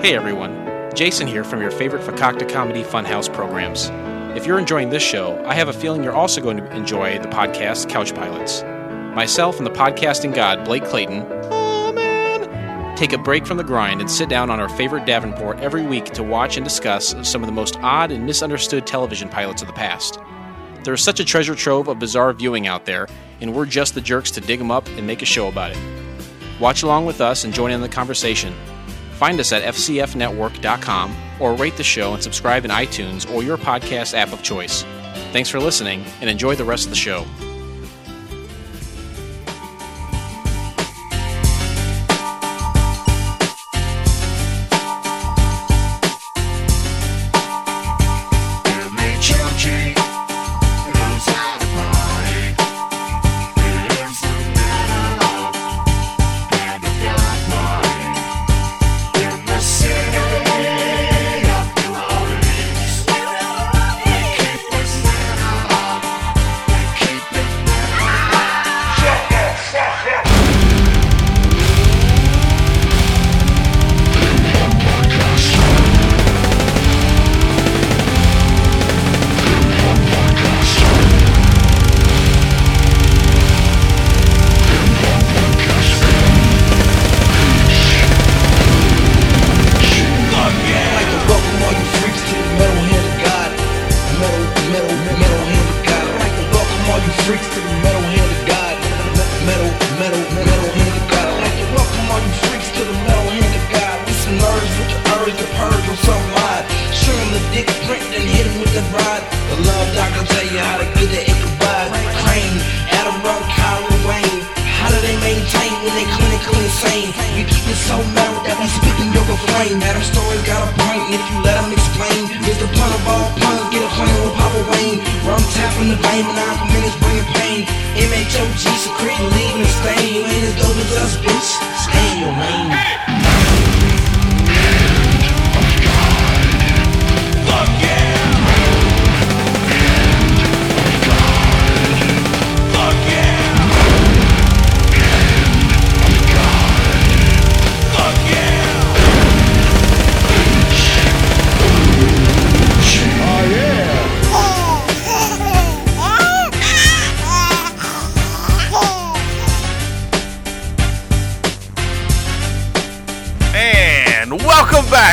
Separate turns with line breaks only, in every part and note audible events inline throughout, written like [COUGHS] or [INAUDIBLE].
Hey everyone, Jason here from your favorite Fakakta Comedy Funhouse programs. If you're enjoying this show, I have a feeling you're also going to enjoy the podcast Couch Pilots. Myself and the podcasting god Blake Clayton oh, man, take a break from the grind and sit down on our favorite Davenport every week to watch and discuss some of the most odd and misunderstood television pilots of the past. There's such a treasure trove of bizarre viewing out there, and we're just the jerks to dig them up and make a show about it. Watch along with us and join in the conversation. Find us at fcfnetwork.com or rate the show and subscribe in iTunes or your podcast app of choice. Thanks for listening and enjoy the rest of the show.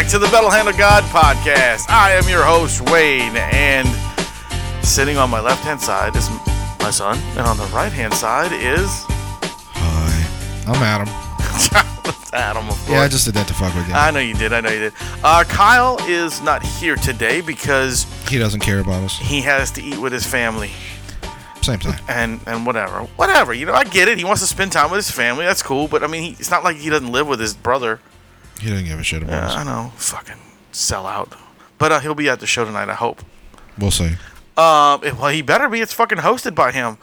to the Metal Hand of God podcast. I am your host, Wayne, and sitting on my left hand side is my son, and on the right hand side is. [LAUGHS]
Hi, I'm Adam.
Adam, of course.
Yeah, I just did that to fuck with you.
I know you did. I know you did. Uh, Kyle is not here today because
he doesn't care about us.
He has to eat with his family.
Same time.
And and whatever, whatever. You know, I get it. He wants to spend time with his family. That's cool. But I mean, he, it's not like he doesn't live with his brother.
He doesn't give a shit about us.
Uh, I know. Fucking sell out. But uh, he'll be at the show tonight, I hope.
We'll see.
Um, well, he better be. It's fucking hosted by him. Um,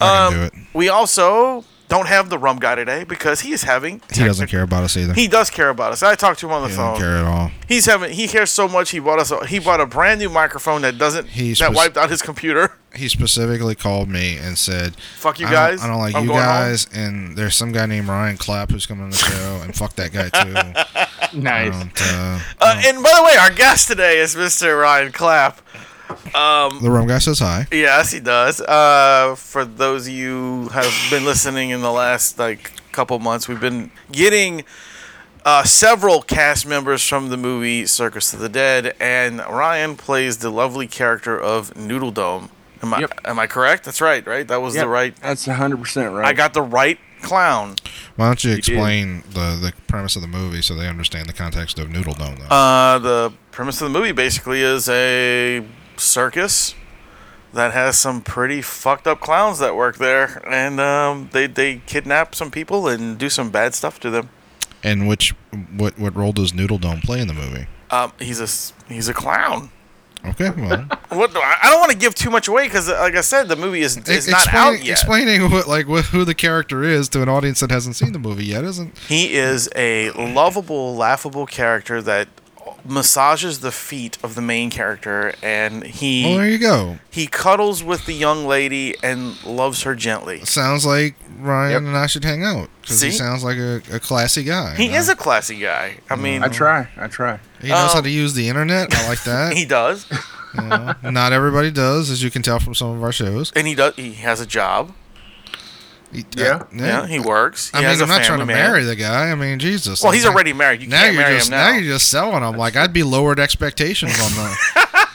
I can do it.
We also don't have the rum guy today because he is having.
he doesn't care about us either.
He does care about us. I talked to him on the [LAUGHS]
He
phone.
doesn't care at all.
He's having. He cares so much. He bought us. A, he bought a brand new microphone that doesn't.
He's
that
supposed-
wiped out his computer.
He specifically called me and said,
Fuck you
I don't-
guys.
I don't, like
I'm
you
going home."
guys." And there's some guy named Ryan Clapp who's coming on the show, and fuck that
[LAUGHS]
guy too. I
Nice.
don't, uh,
Uh, and by the way, our guest today is Mr. Ryan Clapp. Um,
the rum guy says hi.
Yes, he does. Uh, for those of you who have been listening in the last like couple months, we've been getting uh, several cast members from the movie Circus of the Dead, and Ryan plays the lovely character of Noodle Dome. Am I
Yep.
am I correct? That's right, right? That was the right.
That's 100% right.
I got the right clown.
Why don't you
did.
explain the, the premise of the movie so they understand the context of Noodle Dome? Though?
Uh, the premise of the movie basically is a circus that has some pretty fucked up clowns that work there, and um, they they kidnap some people and do some bad stuff to them.
and which what what role does Noodle Dome play in the movie?
Um, he's a s- he's a clown.
Okay, well,
[LAUGHS] What do I, I don't want to give too much away because, like I said, the movie is is
e-
not
explain-
out yet.
explaining what like what, who the character is to an audience that hasn't seen the movie yet isn't
He is a lovable, laughable character that massages the feet of the main character, and
Well,
he
there you go.
he cuddles with the young lady and loves her gently.
Sounds like Ryan
Yep.
and I should hang out because he
See?
sounds like a, a classy guy.
He is a classy guy. I mean,
I try. I try.
He knows how
um,
to use the internet.
[LAUGHS]
I like that.
he does,
you know. Not everybody does, as you can tell from some of our shows.
and he does. He has a job.
He- uh,
Yeah.
Yeah, he works. He
I mean,
has
I'm
a
not
family
trying to
man.
marry the guy. I mean, Jesus.
Well, he's
Like,
already married. You
now
can't
you're
marry
just
him now.
you're just selling him.
[LAUGHS]
Like I'd be lowered expectations on that.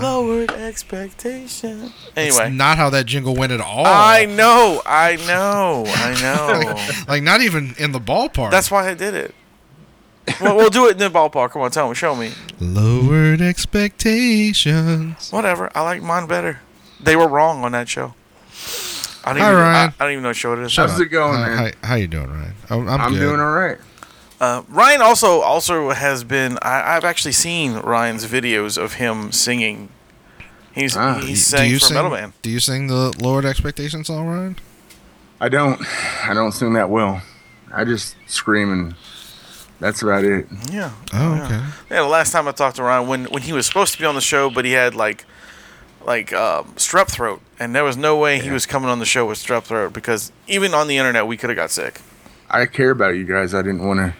Lowered expectation.
It's
Anyway,
not how that jingle went at all.
I know, I know,
[LAUGHS]
I know.
like not even in the ballpark.
That's why I did it. Well, we'll do it in the ballpark. Come on, tell me, show me.
lowered expectations.
Whatever. I like mine better. They were wrong on that show. I don't
Hi,
even,
Ryan.
I, I don't even know what show it is.
Shut How's
Uh,
it going,
uh,
man?
How, how you doing, Ryan? Oh, I'm, I'm,
I'm
good.
doing all right.
Uh, Ryan also also has been. I, I've actually seen Ryan's videos of him singing. He's
Ah.
he
Do
sang
you
for
sing,
Metal Man.
Do you sing the lowered expectations song, Ryan?
I don't. I don't sing that well. I just scream and that's about it.
Yeah.
Oh,
yeah.
okay.
Yeah, the last time I talked to Ryan, when when he was supposed to be on the show, but he had like like um, strep throat, and there was no way he was coming on the show with strep throat because even on the internet we could have got sick.
I care about you guys. I didn't want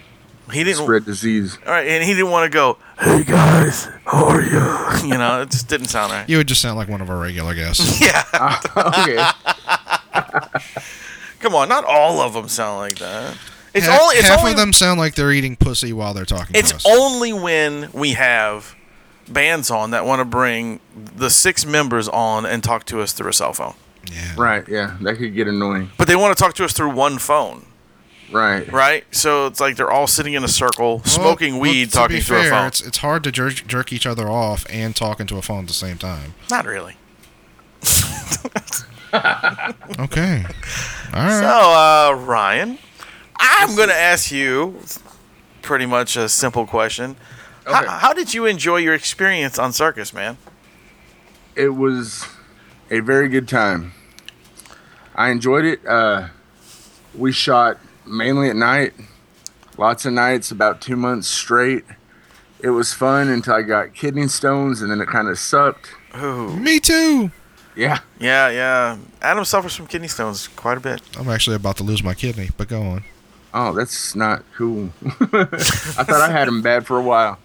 He
to
didn't.
spread disease.
All right, and he didn't want to go. Hey guys, how are you? [LAUGHS] You know, it just didn't sound right.
You would just sound like one of our regular guests.
Yeah,
[LAUGHS] okay.
come on, not all of them sound like that. It's
[LAUGHS] half
only it's
half
only
of them sound like they're eating pussy while they're talking
it's
to us.
only when we have bands on that want to bring the six members on and talk to us through a cell phone,
yeah.
Right. Yeah. That could get annoying.
but they want to talk to us through one phone.
Right.
right? So it's like they're all sitting in a circle,
Well,
smoking
well,
weed,
to
talking
be
through a
fair,
phone.
It's, it's hard to jerk, jerk each other off and talk into a phone at the same time.
Not really.
Okay. All right.
So, uh, Ryan, I'm going to ask you pretty much a simple question. How,
Okay.
how did you enjoy your experience on Circus, man?
It was a very good time. I enjoyed it. Uh, we shot mainly at night, lots of nights, about two months straight. It was fun until I got kidney stones, and then it kind of sucked.
Ooh.
[LAUGHS] Me too.
Yeah.
Yeah, yeah. Adam suffers from kidney stones quite a bit.
I'm actually about to lose my kidney, but go on.
Oh, that's not cool. [LAUGHS] I thought I had him bad for a while.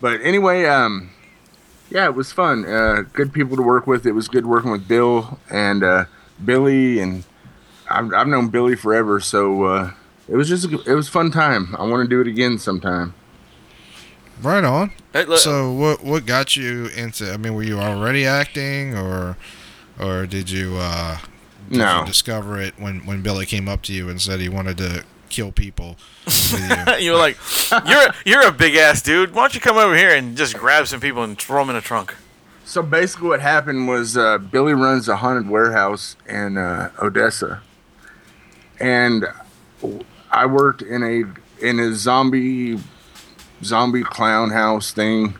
But anyway, um, yeah, it was fun. Uh, good people to work with. It was good working with Bill and uh, Billy, and I've, I've known Billy forever. So uh, it was just a g- it was a fun time. I want to do it again sometime.
Right on.
Hey, look-
So what what got you into? I mean, were you already acting, or or did you, uh, did
No.
you discover it when when Billy came up to you and said he wanted to kill people?
[LAUGHS]
with you?
you were like, [LAUGHS] you're you're a big ass dude. Why don't you come over here and just grab some people and throw them in a trunk?
So basically, what happened was uh, Billy runs a haunted warehouse in uh, Odessa, and I worked in a in a zombie zombie clown house thing.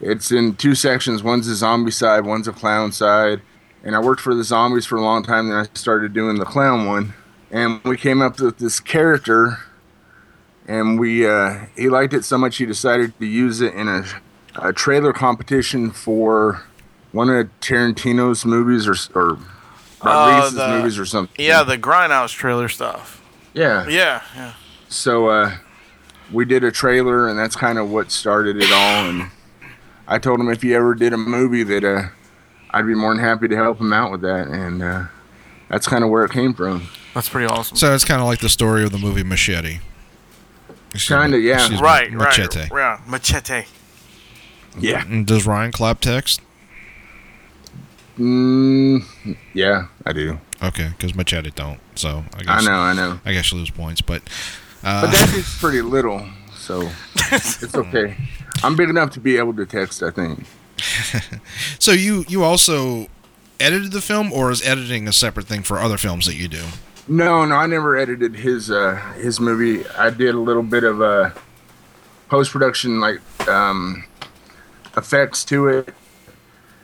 It's in two sections. One's the zombie side, one's the clown side. And I worked for the zombies for a long time. Then I started doing the clown one, and we came up with this character, and we uh, he liked it so much he decided to use it in a, a trailer competition for one of Tarantino's movies or or Rodriguez's
Oh, the-
movies or something.
Yeah, the grindhouse trailer stuff.
yeah,
Yeah, yeah.
so uh, we did a trailer, and that's kind of what started it all. And I told him if he ever did a movie, that uh, I'd be more than happy to help him out with that, and uh, that's kind of where it came from.
That's pretty awesome.
so it's kind of like the story of the movie Machete. Excuse me-
Kinda, yeah.
excuse me,
right,
Machete.
right. Yeah, machete.
Yeah,
And does Ryan clap text?
mm, yeah, I do.
Okay, because Machete don't. So I
I
guess
know, I know.
I guess you lose points, but
But that is pretty little, so it's okay. I'm big enough to be able to text. I think.
so you you also edited the film, or is editing a separate thing for other films that you do?
No, no, I never edited his uh, his movie. I did a little bit of uh, post production, like um, effects to it.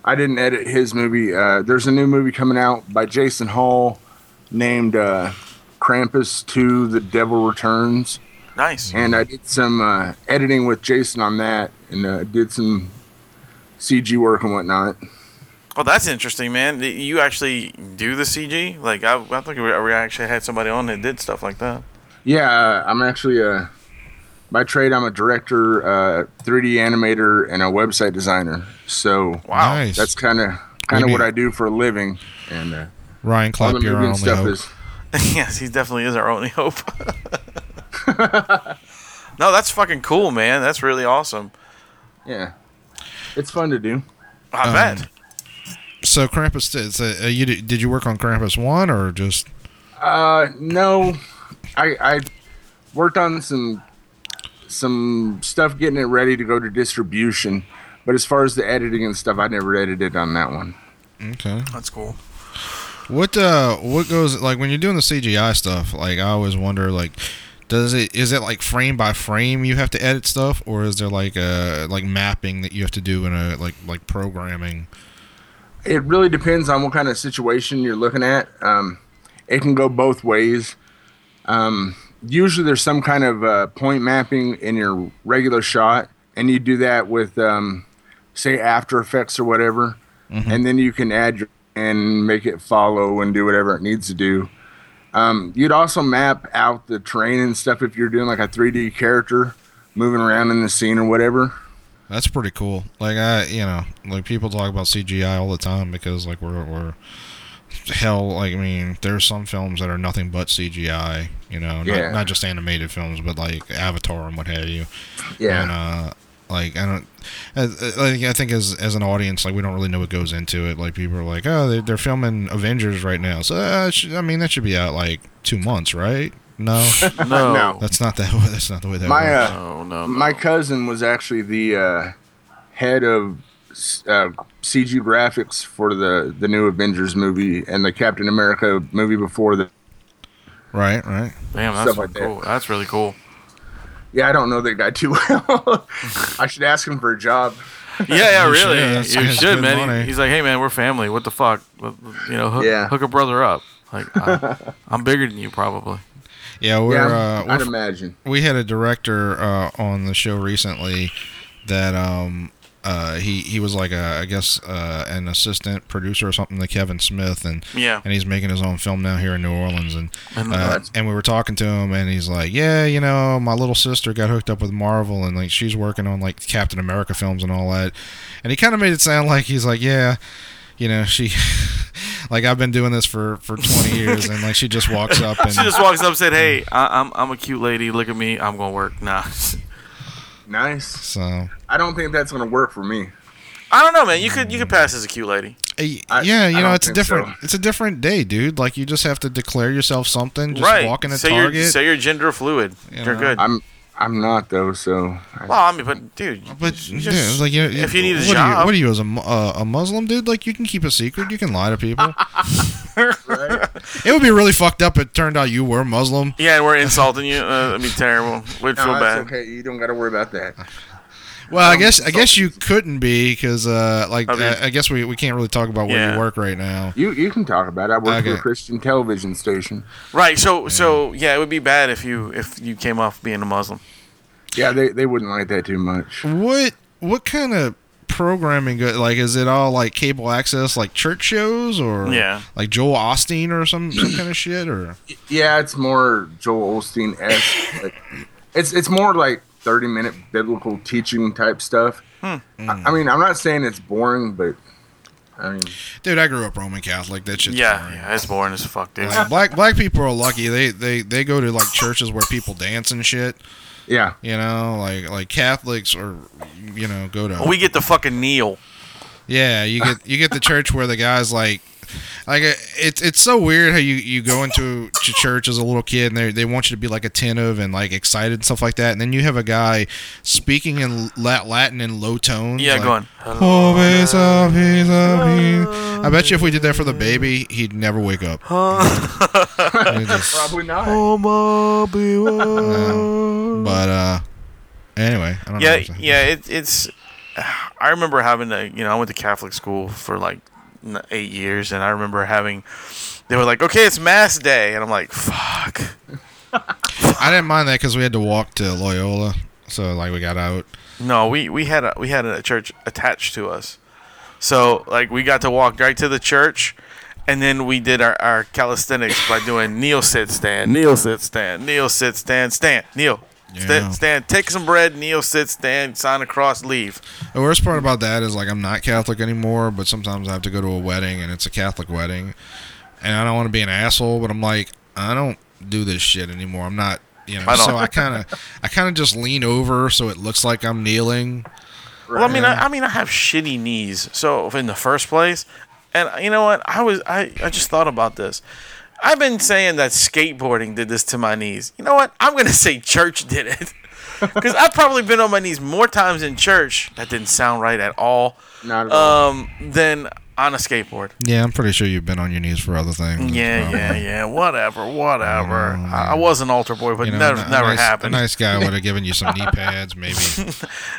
I didn't edit his movie. Uh, there's a new movie coming out by Jason Hall named uh, Krampus Two: The Devil Returns.
Nice.
Mm-hmm.
and I did some uh, editing with Jason on that, and uh, did some CG work and whatnot.
Well, Oh, that's interesting, man. Th- You actually do the CG? Like, I, I think we we actually had somebody on that did stuff like that.
Yeah, uh, I'm actually a by trade. I'm a director, uh, 3D animator, and a website designer. So
Wow.
Nice.
that's kind of kind of
Maybe-
what I do for a living. And uh,
Ryan
all the
Clap, your
movie and
only
stuff
hope.
[LAUGHS]
is
yes, he definitely is our only hope. [LAUGHS] no, that's fucking cool, man. That's really awesome.
yeah, it's fun to do.
Um,
I bet.
so Krampus, did- so, uh, you did, did you work on Krampus one or just
Uh, no, I I worked on some some stuff getting it ready to go to distribution, but as far as the editing and stuff, I never edited on that one.
okay?
That's cool.
What uh, what goes like when you're doing the CGI stuff? Like I always wonder, like, does it is it like frame by frame you have to edit stuff, or is there like a like mapping that you have to do in a like like programming?
It really depends on what kind of situation you're looking at. Um, it can go both ways. Um, usually, there's some kind of uh, point mapping in your regular shot, and you do that with, um, say, After Effects or whatever, and then you can add your and make it follow and do whatever it needs to do. Um, you'd also map out the terrain and stuff if you're doing like a 3D character moving around in the scene or whatever.
That's pretty cool. Like I, you know, like people talk about CGI all the time because like we're we're hell. Like I mean, there's some films that are nothing but CGI. You know, not,
Yeah.
not just animated films, but like Avatar and what have you.
Yeah.
And uh, like I don't, I, I I think as as an audience, like we don't really know what goes into it. Like people are like, oh, they, they're filming Avengers right now, so uh, it should, I mean that should be out like two months, right?
[LAUGHS]
No,
No.
No.
that's not that. way- That's not the way that.
My
works.
uh,
No, no.
My cousin was actually the uh, head of uh, CG graphics for the, the new Avengers movie and the Captain America movie before that.
right, right.
Damn, that's
Stuff like
fucking
that.
cool. That's really
[LAUGHS]
cool.
Yeah, I don't know that guy [LAUGHS] too well. I should ask him for a job.
Yeah, yeah,
You
really.
should. That's-
you
that's
should,
good
man. He-
money.
He's like, hey, man, we're family. What the fuck? You know, hook,
Yeah.
hook a brother up. Like,
[LAUGHS]
I, I'm bigger than you, probably.
Yeah, we're
yeah,
uh,
I'd
we're
imagine.
we had a director uh, on the show recently that um uh, he he was like a I guess uh, an assistant producer or something to Kevin Smith and
Yeah.
and he's making his own film now here in New Orleans and
And,
uh,
that's-
and we were talking to him and he's like yeah you know my little sister got hooked up with Marvel and like she's working on like Captain America films and all that and he kind of made it sound like he's like yeah you know she [LAUGHS] like I've been doing this for for 20 years and like she just walks up and
[LAUGHS] She just walks up and said, hey, I, I'm, I'm a cute lady. Look at me. I'm going to work. Nah. [LAUGHS]
Nice.
so
I don't think that's going to work for me.
I don't know, man. You could you could pass as a cute lady.
Y-
I-
eh, yeah, you
I
know,
don't
it's a
think
different.
so.
It's a different day, dude. Like you just have to declare yourself something. Just
right.
walk in a
so
Target.
You're, so you're gender fluid.
You
You
know.
are good.
I'm I'm not though, so
[LAUGHS]
I,
well, I mean, but dude,
but
you
yeah, it's like you
if you need a
what Are you,
job,
what are you as a, mu- uh, a Muslim dude? Like you can keep a secret. You can lie
[LAUGHS]
to people.
right?
it would be really fucked up. if It turned out you were Muslim.
yeah, and we're insulting
[LAUGHS]
you. Uh, that'd be terrible. We'd feel
No,
bad.
that's okay. You don't got to worry about that.
Well, I
Um,
guess I guess you couldn't be because uh, like
I mean-
I, I guess we, we can't really talk about where
Yeah.
you work right now.
You you can talk about it. I work for
Okay.
a Christian television station.
Right. So so yeah, it would be bad if you if you came off being a Muslim.
Yeah, they they wouldn't like that too much.
What what kind of programming? Go, like is it all like cable access, like church shows, or
Yeah.
like Joel Osteen or some some kind of shit, or
Yeah, it's more Joel Olstein esque. like, it's it's more like thirty minute biblical teaching type stuff. I, I mean, I'm not saying it's boring, but I mean,
Dude, I grew up Roman Catholic. That shit's
Yeah,
boring.
yeah, it's boring as fuck, dude.
Like, black black people are lucky. They, they they go to like churches where people dance and shit.
yeah,
You know, like like Catholics or you know go to
We get the fucking kneel.
yeah. You get you get the church where the guys like like uh, it's it's so weird how you you go into ch- church as a little kid and they they want you to be like attentive and like excited and stuff like that. And then you have a guy speaking in La- Latin in low tones.
Yeah,
like,
go on.
"Oh, peace, oh, peace, oh, peace." I bet you if we did that for the baby, he'd never wake up. He'd just-
probably not.
But uh anyway, I don't know.
Yeah,
what I'm saying.
yeah. It, it's. I remember having a you know I went to Catholic school for like n- eight years, and I remember having. They were like, "Okay, it's Mass Day," and I'm like, "Fuck."
I didn't mind that because we had to walk to Loyola, so like we got out.
No, we we had a we had a church attached to us, so like we got to walk right to the church, and then we did our, our calisthenics by doing kneel sit stand kneel sit stand kneel sit stand stand kneel.
Yeah.
Stand, stand, take some bread, kneel, sit, stand, sign across, leave.
The worst part about that is like I'm not Catholic anymore, but sometimes I have to go to a wedding and it's a Catholic wedding, and I don't want to be an asshole, but I'm like I don't do this shit anymore. I'm not, you know.
I don't.
so I kind of, I kind of just lean over so it looks like I'm kneeling.
Well, I mean, I, I mean, I have shitty knees. So in the first place, and you know what? I was I, I just thought about this. I've been saying that skateboarding did this to my knees. You know what? I'm gonna [LAUGHS] say church did it [LAUGHS] because I've probably been on my knees more times in church. That didn't sound right at all.
Not at all.
Um, than on a skateboard.
Yeah, I'm pretty sure you've been on your knees for other things.
Yeah,
Um,
yeah, yeah. Whatever, whatever. I, I was an altar boy, but
Mm. you know,
never,
a
never
nice,
happened.
A nice guy
[LAUGHS]
would have given you some knee pads, maybe,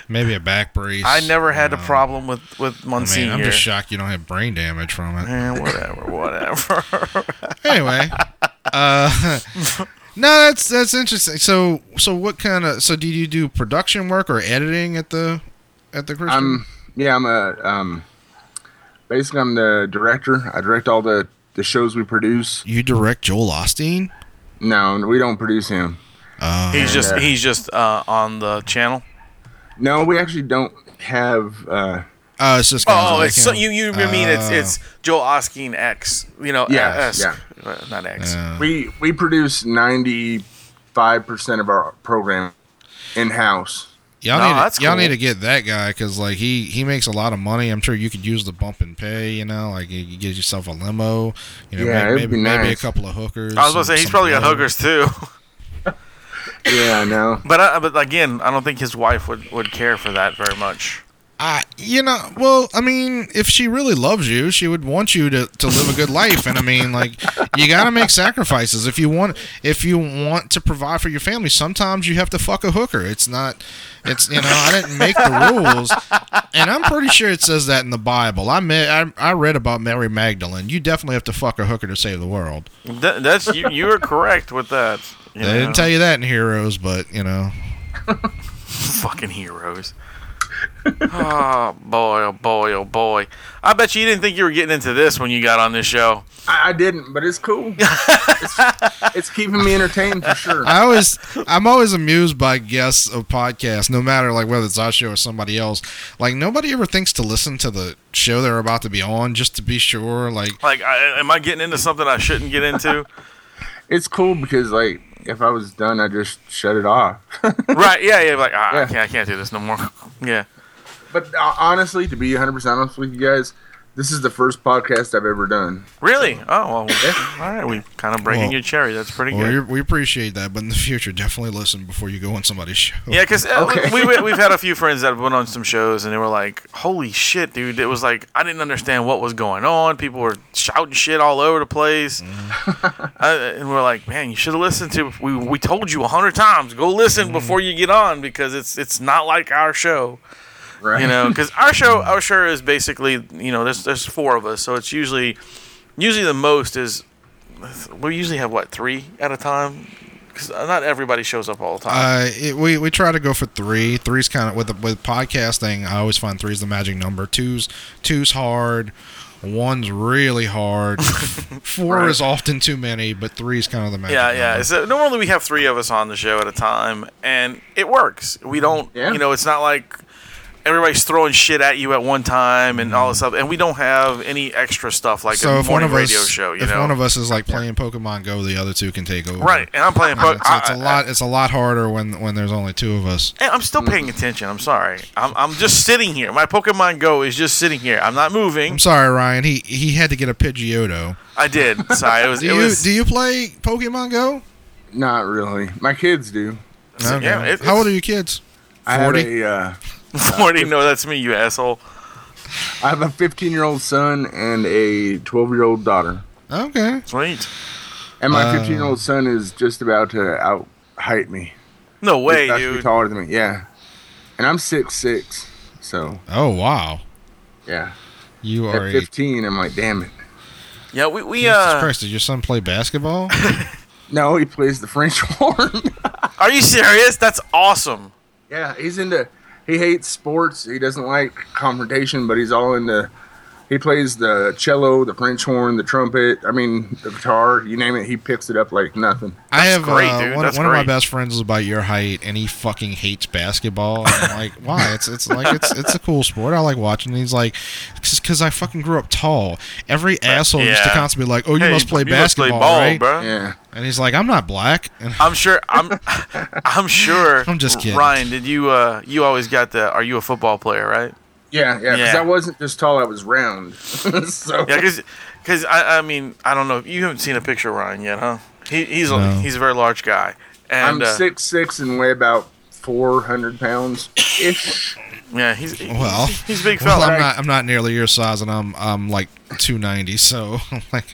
maybe a back brace.
I never had
you
a
know.
problem with with
I mean,
Monsignor.
I'm just shocked you don't have brain damage from it.
Eh,
[LAUGHS]
whatever, whatever. [LAUGHS]
anyway, uh, [LAUGHS] no, that's that's interesting. So, so what kind of so do you do production work or editing at the at the
Um,
Christian?
I'm yeah, I'm a um basically I'm the director. I direct all the the shows we produce.
you direct Joel Osteen? Uh,
No, we don't produce him.
He's just
Yeah.
he's just uh, on the channel.
No, we actually don't have uh
Oh, it's just kinda
Oh,
like
it's so,
him.
you you mean it's
Oh.
it's Joel Osteen X, you know, S,
Yes, yeah.
uh, not X.
Uh,
we we produce 95% of our program in house.
y'all
No,
need
that's
to, y'all
cool.
need to get that guy because like he he makes a lot of money. I'm sure you could use the bump and pay. You know, like you, you get yourself a limo. You know,
Yeah,
may-
it'd
maybe,
be
maybe a
nice.
couple of hookers.
I was gonna say he's
some
probably a
blow.
hookers too, [LAUGHS]
Yeah, I know.
but I, but again, I don't think his wife would, would care for that very much.
I, you know, well, I mean, if she really loves you, she would want you to, to live a good life, and I mean, like, you gotta make sacrifices if you want if you want to provide for your family. Sometimes you have to fuck a hooker. It's not, it's you know, I didn't make the rules, and I'm pretty sure it says that in the Bible. I ma- I, I read about Mary Magdalene. You definitely have to fuck a hooker to save the world.
That, that's you you are correct with that. You [LAUGHS]
They
know?
didn't tell you that in Heroes, but you know,
fucking heroes. oh boy, oh boy, oh boy! I bet you didn't think you were getting into this when you got on this show.
I, I didn't, but it's cool. it's, it's keeping me entertained for sure.
I always, I'm always amused by guests of podcasts, no matter like whether it's our show or somebody else. Like nobody ever thinks to listen to the show they're about to be on just to be sure. Like,
Like, I, am I getting into something I shouldn't get into?
It's cool because like if I was done, I just shut it off. [LAUGHS]
right? Yeah, yeah. Like, ah, I
Yeah.
can't, I can't do this no more. [LAUGHS] yeah.
But uh, honestly, to be 100% honest with you guys, this is the first podcast I've ever done.
Really? Oh well. all right, we kind of breaking
Well-
your cherry. That's pretty
well, we,
good.
we appreciate that, but in the future, definitely listen before you go on somebody's show.
[LAUGHS] Yeah, because
Okay.
we, we, we've had a few friends that went on some shows and they were like, "Holy shit, dude!" It was like I didn't understand what was going on. People were shouting shit all over the place,
Mm.
[LAUGHS] Uh, and we're like, "Man, you should have listened to. We we told you a hundred times. Go listen
Mm.
before you get on because it's it's not like our show."
Right?
you know
[LAUGHS]
because our show our show is basically you know there's there's four of us so it's usually usually the most is we usually have what three at a time because not everybody shows up all the time
Uh, it, we we try to go for three. Three's kind of with the, with podcasting. I always find three's the magic number. Two's two's hard. One's
[LAUGHS]
really hard. Four is often too many, but three's kind of the magic.
yeah yeah
number.
so normally we have three of us on the show at a time and it works we don't
Yeah.
you know it's not like everybody's throwing shit at you at one time and all this stuff and we don't have any extra stuff like
So
a
if one
morning
of us,
radio show you
if
know
one of us is like playing Pokemon Go, the other two can take over.
right and i'm playing
So
Poke-
it's, it's a
I- I-
lot. It's a lot harder when when there's only two of us.
Hey, I'm still paying attention. I'm sorry. I'm, I'm just sitting here. My Pokemon Go is just sitting here. I'm not moving.
I'm sorry, Ryan. He he had to get a Pidgeotto.
I
[LAUGHS]
did. Sorry. It was.
Do
it
you
was
do you play Pokemon Go?
Not really. My kids do.
Okay.
yeah, it-
How old are your kids?
I have
40?
a uh,
[LAUGHS] 40. No, that's me, you asshole.
I have a 15 year old son and a 12 year old daughter.
Okay.
Sweet.
And my 15 year old son is just about to out height me.
No way,
He's actually
dude.
taller than me. Yeah. And I'm six six. So
Oh wow.
yeah.
You are
At
a
15, I'm like, damn it.
Yeah, we we
Jesus
uh.
Christ, did your son play basketball?
No, he plays the French [LAUGHS] horn.
Are you serious? That's awesome.
Yeah, he's into. He hates sports. He doesn't like confrontation, but he's all into. He plays the cello, the French horn, the trumpet. I mean, the guitar. You name it, he picks it up like nothing.
I have
great,
uh,
dude.
one,
That's
one of my
great.
best friends is about your height, and he fucking hates basketball. And I'm
[LAUGHS]
like, why? It's it's like it's it's a cool sport. I like watching. And he's like, because I fucking grew up tall. Every asshole used to
yeah.
constantly be like, oh, you
Hey,
must play
you
basketball,
ball,
right?
bro.
Yeah,
And he's like, I'm not black. [LAUGHS] And
I'm sure. I'm. [LAUGHS] I'm sure.
I'm just kidding.
Ryan, did you? Uh, you always got the. Are you a football player? Right.
yeah, yeah. Because
Yeah.
I wasn't just tall; I was round. [LAUGHS] so
Yeah, because I, I mean I don't know. You haven't seen a picture of Ryan yet, huh? He, he's a,
No.
he's a very large guy.
I'm
And uh,
six six and weigh about four hundred pounds ish.
Yeah, he's he-
well,
he's, he's a big
[LAUGHS] well,
fella.
I'm not I'm not nearly your size, and I'm I'm like 290. So [LAUGHS] like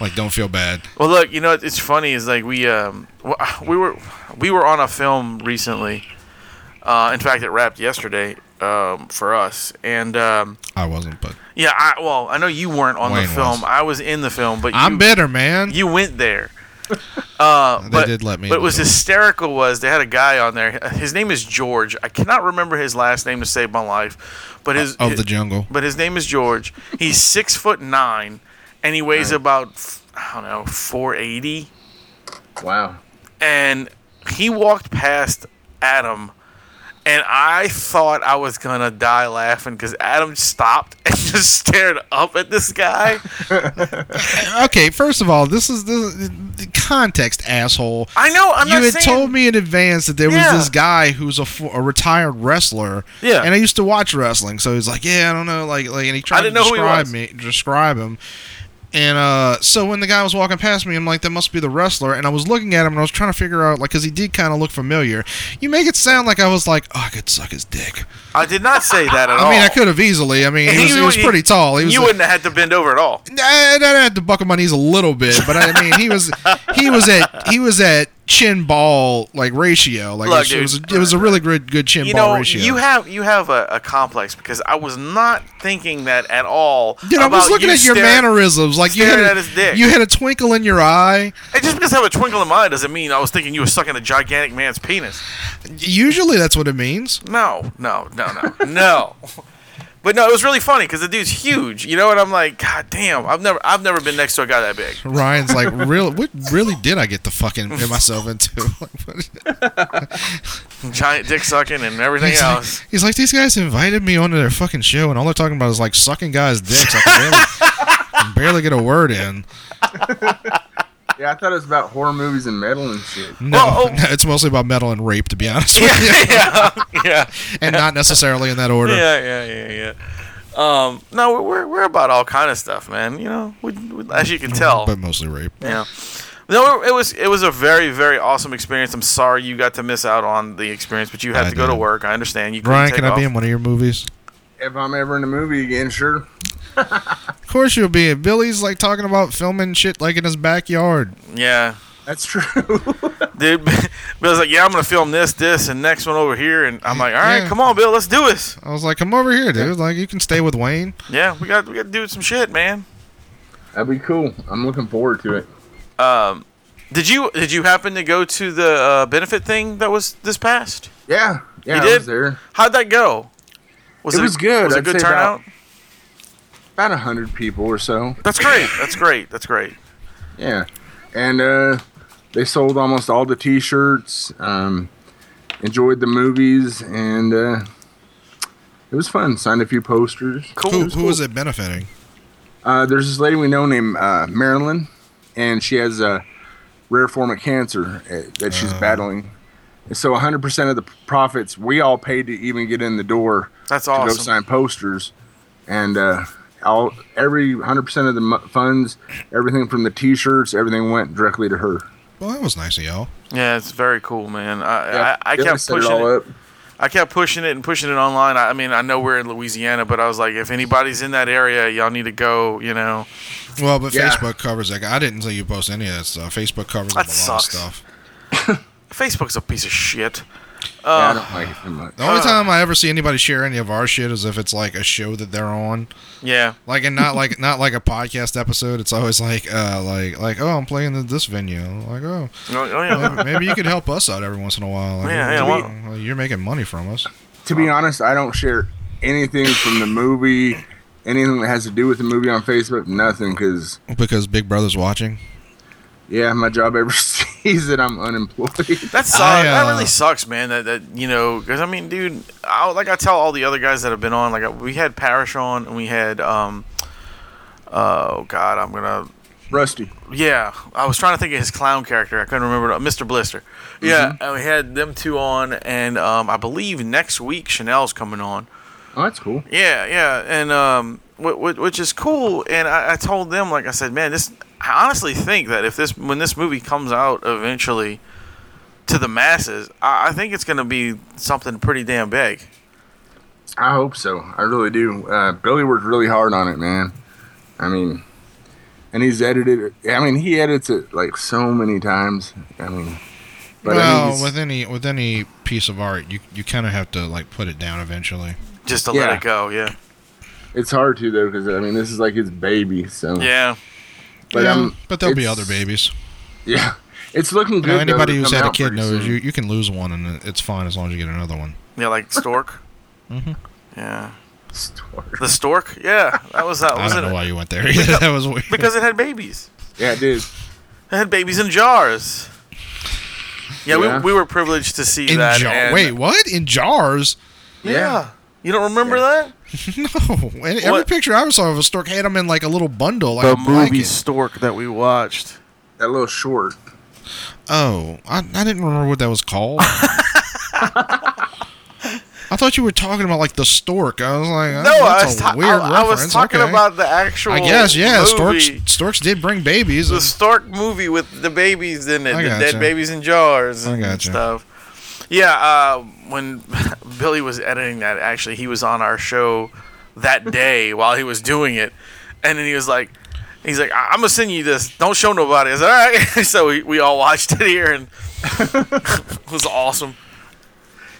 like don't feel bad.
Well, look, you know it- it's funny is like we um w- we were we were on a film recently. Uh, in fact, it wrapped yesterday um, for us, and um,
I wasn't, but
yeah, I well I know you weren't on
Wayne
the film.
was.
I was in the film, but
I'm
you,
bitter, man.
you went there. Uh,
They
but,
did let me
What
in
was
the film.
hysterical was they had a guy on there. His name is George. I cannot remember his last name to save my life, but his
Uh, of the
his-
jungle.
but his name is George. He's six foot nine, and he weighs about I don't know four eighty.
Wow.
And he walked past Adam, and I thought I was gonna die laughing because Adam stopped and [LAUGHS] just stared up at this guy.
Okay, first of all, this is the, the context, asshole.
I know. I'm
you
not
had
saying
told me in advance that there
Yeah.
was this guy who's a, fo- a retired wrestler.
Yeah.
And I used to watch wrestling, so he's like, yeah, I don't know, like, like, and he tried
didn't
to
know who he
describe
was.
me, describe him. And uh, so when the guy was walking past me, I'm like, that must be the wrestler. And I was looking at him, and I was trying to figure out, like, because he did kind of look familiar. You make it sound like I was like, oh, I could suck his dick.
I did not say that at all.
I mean, I could have easily.
[LAUGHS]
I mean, he, was, he was pretty tall. He was
Oh. you wouldn't have had to bend over at all.
I, I had to buckle my knees a little bit, but I mean, he was he was at he was at chin ball like ratio. Like
Look,
it, was, it was a- it was a really good good chin
You
ball
know,
ratio.
you have you have a, a complex because I was not thinking that at all.
Dude, I was
about
looking
you
at your
staring-
mannerisms. Like you had,
staring
a,
at his dick.
you had a twinkle in your eye.
Hey, just because I have a twinkle in my eye doesn't mean I was thinking you were sucking a gigantic man's penis.
Usually, that's what it means.
No, no, no, no, [LAUGHS] no. But no, it was really funny because the dude's huge, you know. And I'm like, God damn, I've never, I've never been next to a guy that big.
Ryan's like, real. What really did I get the fucking get myself into? [LAUGHS] Like, what-
Giant dick sucking and
[LAUGHS]
everything
he's, like,
else.
he's like, these guys invited me onto their fucking show, and all they're talking about is like sucking guys' dicks. I can barely, can barely [LAUGHS] get a word in.
Yeah, I thought it was about horror movies and metal and shit.
No,
Well, oh-
no, [LAUGHS] it's mostly about metal and rape, to be honest with you.
[LAUGHS] yeah, yeah,
[LAUGHS] and not necessarily in that order.
[LAUGHS]
[LAUGHS]
yeah, yeah, yeah, yeah. Um, no, we're- we're we're about all kind of stuff, man. You know, we, we, as you can tell.
But mostly rape.
Yeah. No, it was it was a very very awesome experience. I'm sorry you got to miss out on the experience, but you had
I
to go to
did.
work. I understand. You couldn't
Ryan,
take
can I
off.
be in one of your movies?
If I'm ever in a movie again, sure.
Of course you'll be. Billy's like talking about filming shit like in his backyard.
Yeah,
That's true. [LAUGHS]
dude. [LAUGHS] Bill's like, yeah, I'm gonna film this, this, and next one over here, and I'm like, all right,
Yeah.
come on, Bill, let's do this.
I was like, come over here, dude. Like you can stay with Wayne.
Yeah, we got we got to do some shit, man.
That'd be cool. I'm looking forward to it.
Did you did you happen to go to the uh, benefit thing that was this past?
Yeah, yeah,
You
I
did?
was there.
How'd that go? Was
It was good.
Was it a
I'd
good
say about-
turnout?
About a hundred people or so.
That's great. That's great. That's great.
Yeah, and uh, they sold almost all the T-shirts. Um, enjoyed the movies, and uh, it was fun. Signed a few posters.
Cool.
Who who is it benefiting?
Uh, there's this lady we know named uh, Marilyn, and she has a rare form of cancer uh, that she's battling. And so 100% of the profits we all paid to even get in the door
That's
to
awesome.
go sign posters, and uh, all every 100% of the mu- funds, everything from the T-shirts, everything went directly to her.
Well, that was nice of y'all.
Yeah, it's very cool, man. I I, I
Billy
kept
set
pushing it.
all up.
I kept pushing it and pushing it online. I, I mean, I know we're in Louisiana, but I was like, if anybody's in that area, y'all need to go. You know,
Well, but
Yeah.
Facebook covers that. I didn't see you post any of that stuff. Facebook covers
That
up a lot
sucks.
of stuff.
Facebook's a piece of shit. Um,
yeah, I don't like it too much.
The only time I ever see anybody share any of our shit is if it's like a show that they're on,
Yeah.
like and not like [LAUGHS] not like a podcast episode. It's always like uh like like oh I'm playing at this venue. Like oh
Oh, oh, yeah.
[LAUGHS] well, maybe you could help us out every once in a while. Like,
Yeah, yeah,
we-
well-
well, you're making money from us.
To be honest, I don't share anything from the movie, anything that has to do with the movie on Facebook, nothing, because,
Because Big Brother's watching.
yeah, my job [LAUGHS] overseas that I'm unemployed.
That sucks.
I, uh,
that really sucks, man. That that you know, because I mean, dude, I, like I tell all the other guys that have been on, like I, we had Parish on, and we had um, oh god, I'm gonna
Rusty.
yeah, I was trying to think of his clown character. I couldn't remember, it. Mr. Blister. Yeah,
Mm-hmm.
and we had them two on, and um, I believe next week Chanel's coming on.
Oh, that's cool.
Yeah, yeah, and um, wh- wh- which is cool. And I, I told them, like I said, man, this. I honestly think that if this, when this movie comes out eventually to the masses, I, I think it's going to be something pretty damn big.
I hope so. I really do. Uh, Billy worked really hard on it, man. I mean, and he's edited it. I mean, he edits it like so many times. I mean, but I mean,
well,
he's-
with any with any piece of art, you you kind of have to like put it down eventually.
Just to
Yeah.
let it go, yeah,
it's hard to though because I mean, this is like his baby. So
yeah,
But,
yeah,
um,
but there'll be
it's-
other babies.
[LAUGHS] yeah. It's looking
You
good.
know,
though,
anybody
to
who's
come
had a
out
kid
pretty
knows
soon.
you
[LAUGHS]
you can lose one and it's fine as long as you get another one.
yeah, like Stork.
Mm-hmm.
Yeah,
Store.
the Stork. Yeah, that was that
I
was
don't know
it
why you went there. either. [LAUGHS] that was weird.
because it had babies.
Yeah, it is.
It had babies in jars. Yeah,
Yeah.
We, we were privileged to see
in
that.
jar.
and-
Wait, what? In jars? [LAUGHS]
yeah. you don't remember that?
No. And Every
What?
picture I ever saw of a stork had them in like a little bundle. Like,
the
I'm like
movie
it.
Stork that we watched.
That little short.
Oh, I, I didn't remember what that
[LAUGHS]
was called. I thought you were talking about like the stork. I was like, oh,
No, I was,
that's
ta-
a weird
I, I was
reference.
talking
Okay.
about the actual.
I guess yeah.
movie,
Storks storks did bring babies.
the Stork movie with the babies in it,
I
the
gotcha.
dead babies in jars
I
and
gotcha.
stuff. Yeah, uh, when [LAUGHS] Billy was editing that, actually, he was on our show that day [LAUGHS] while he was doing it, and then he was like. He's like, I- I'm gonna send you this. Don't show nobody. I said, all right. [LAUGHS] so we, we all watched it here, and [LAUGHS] it was awesome.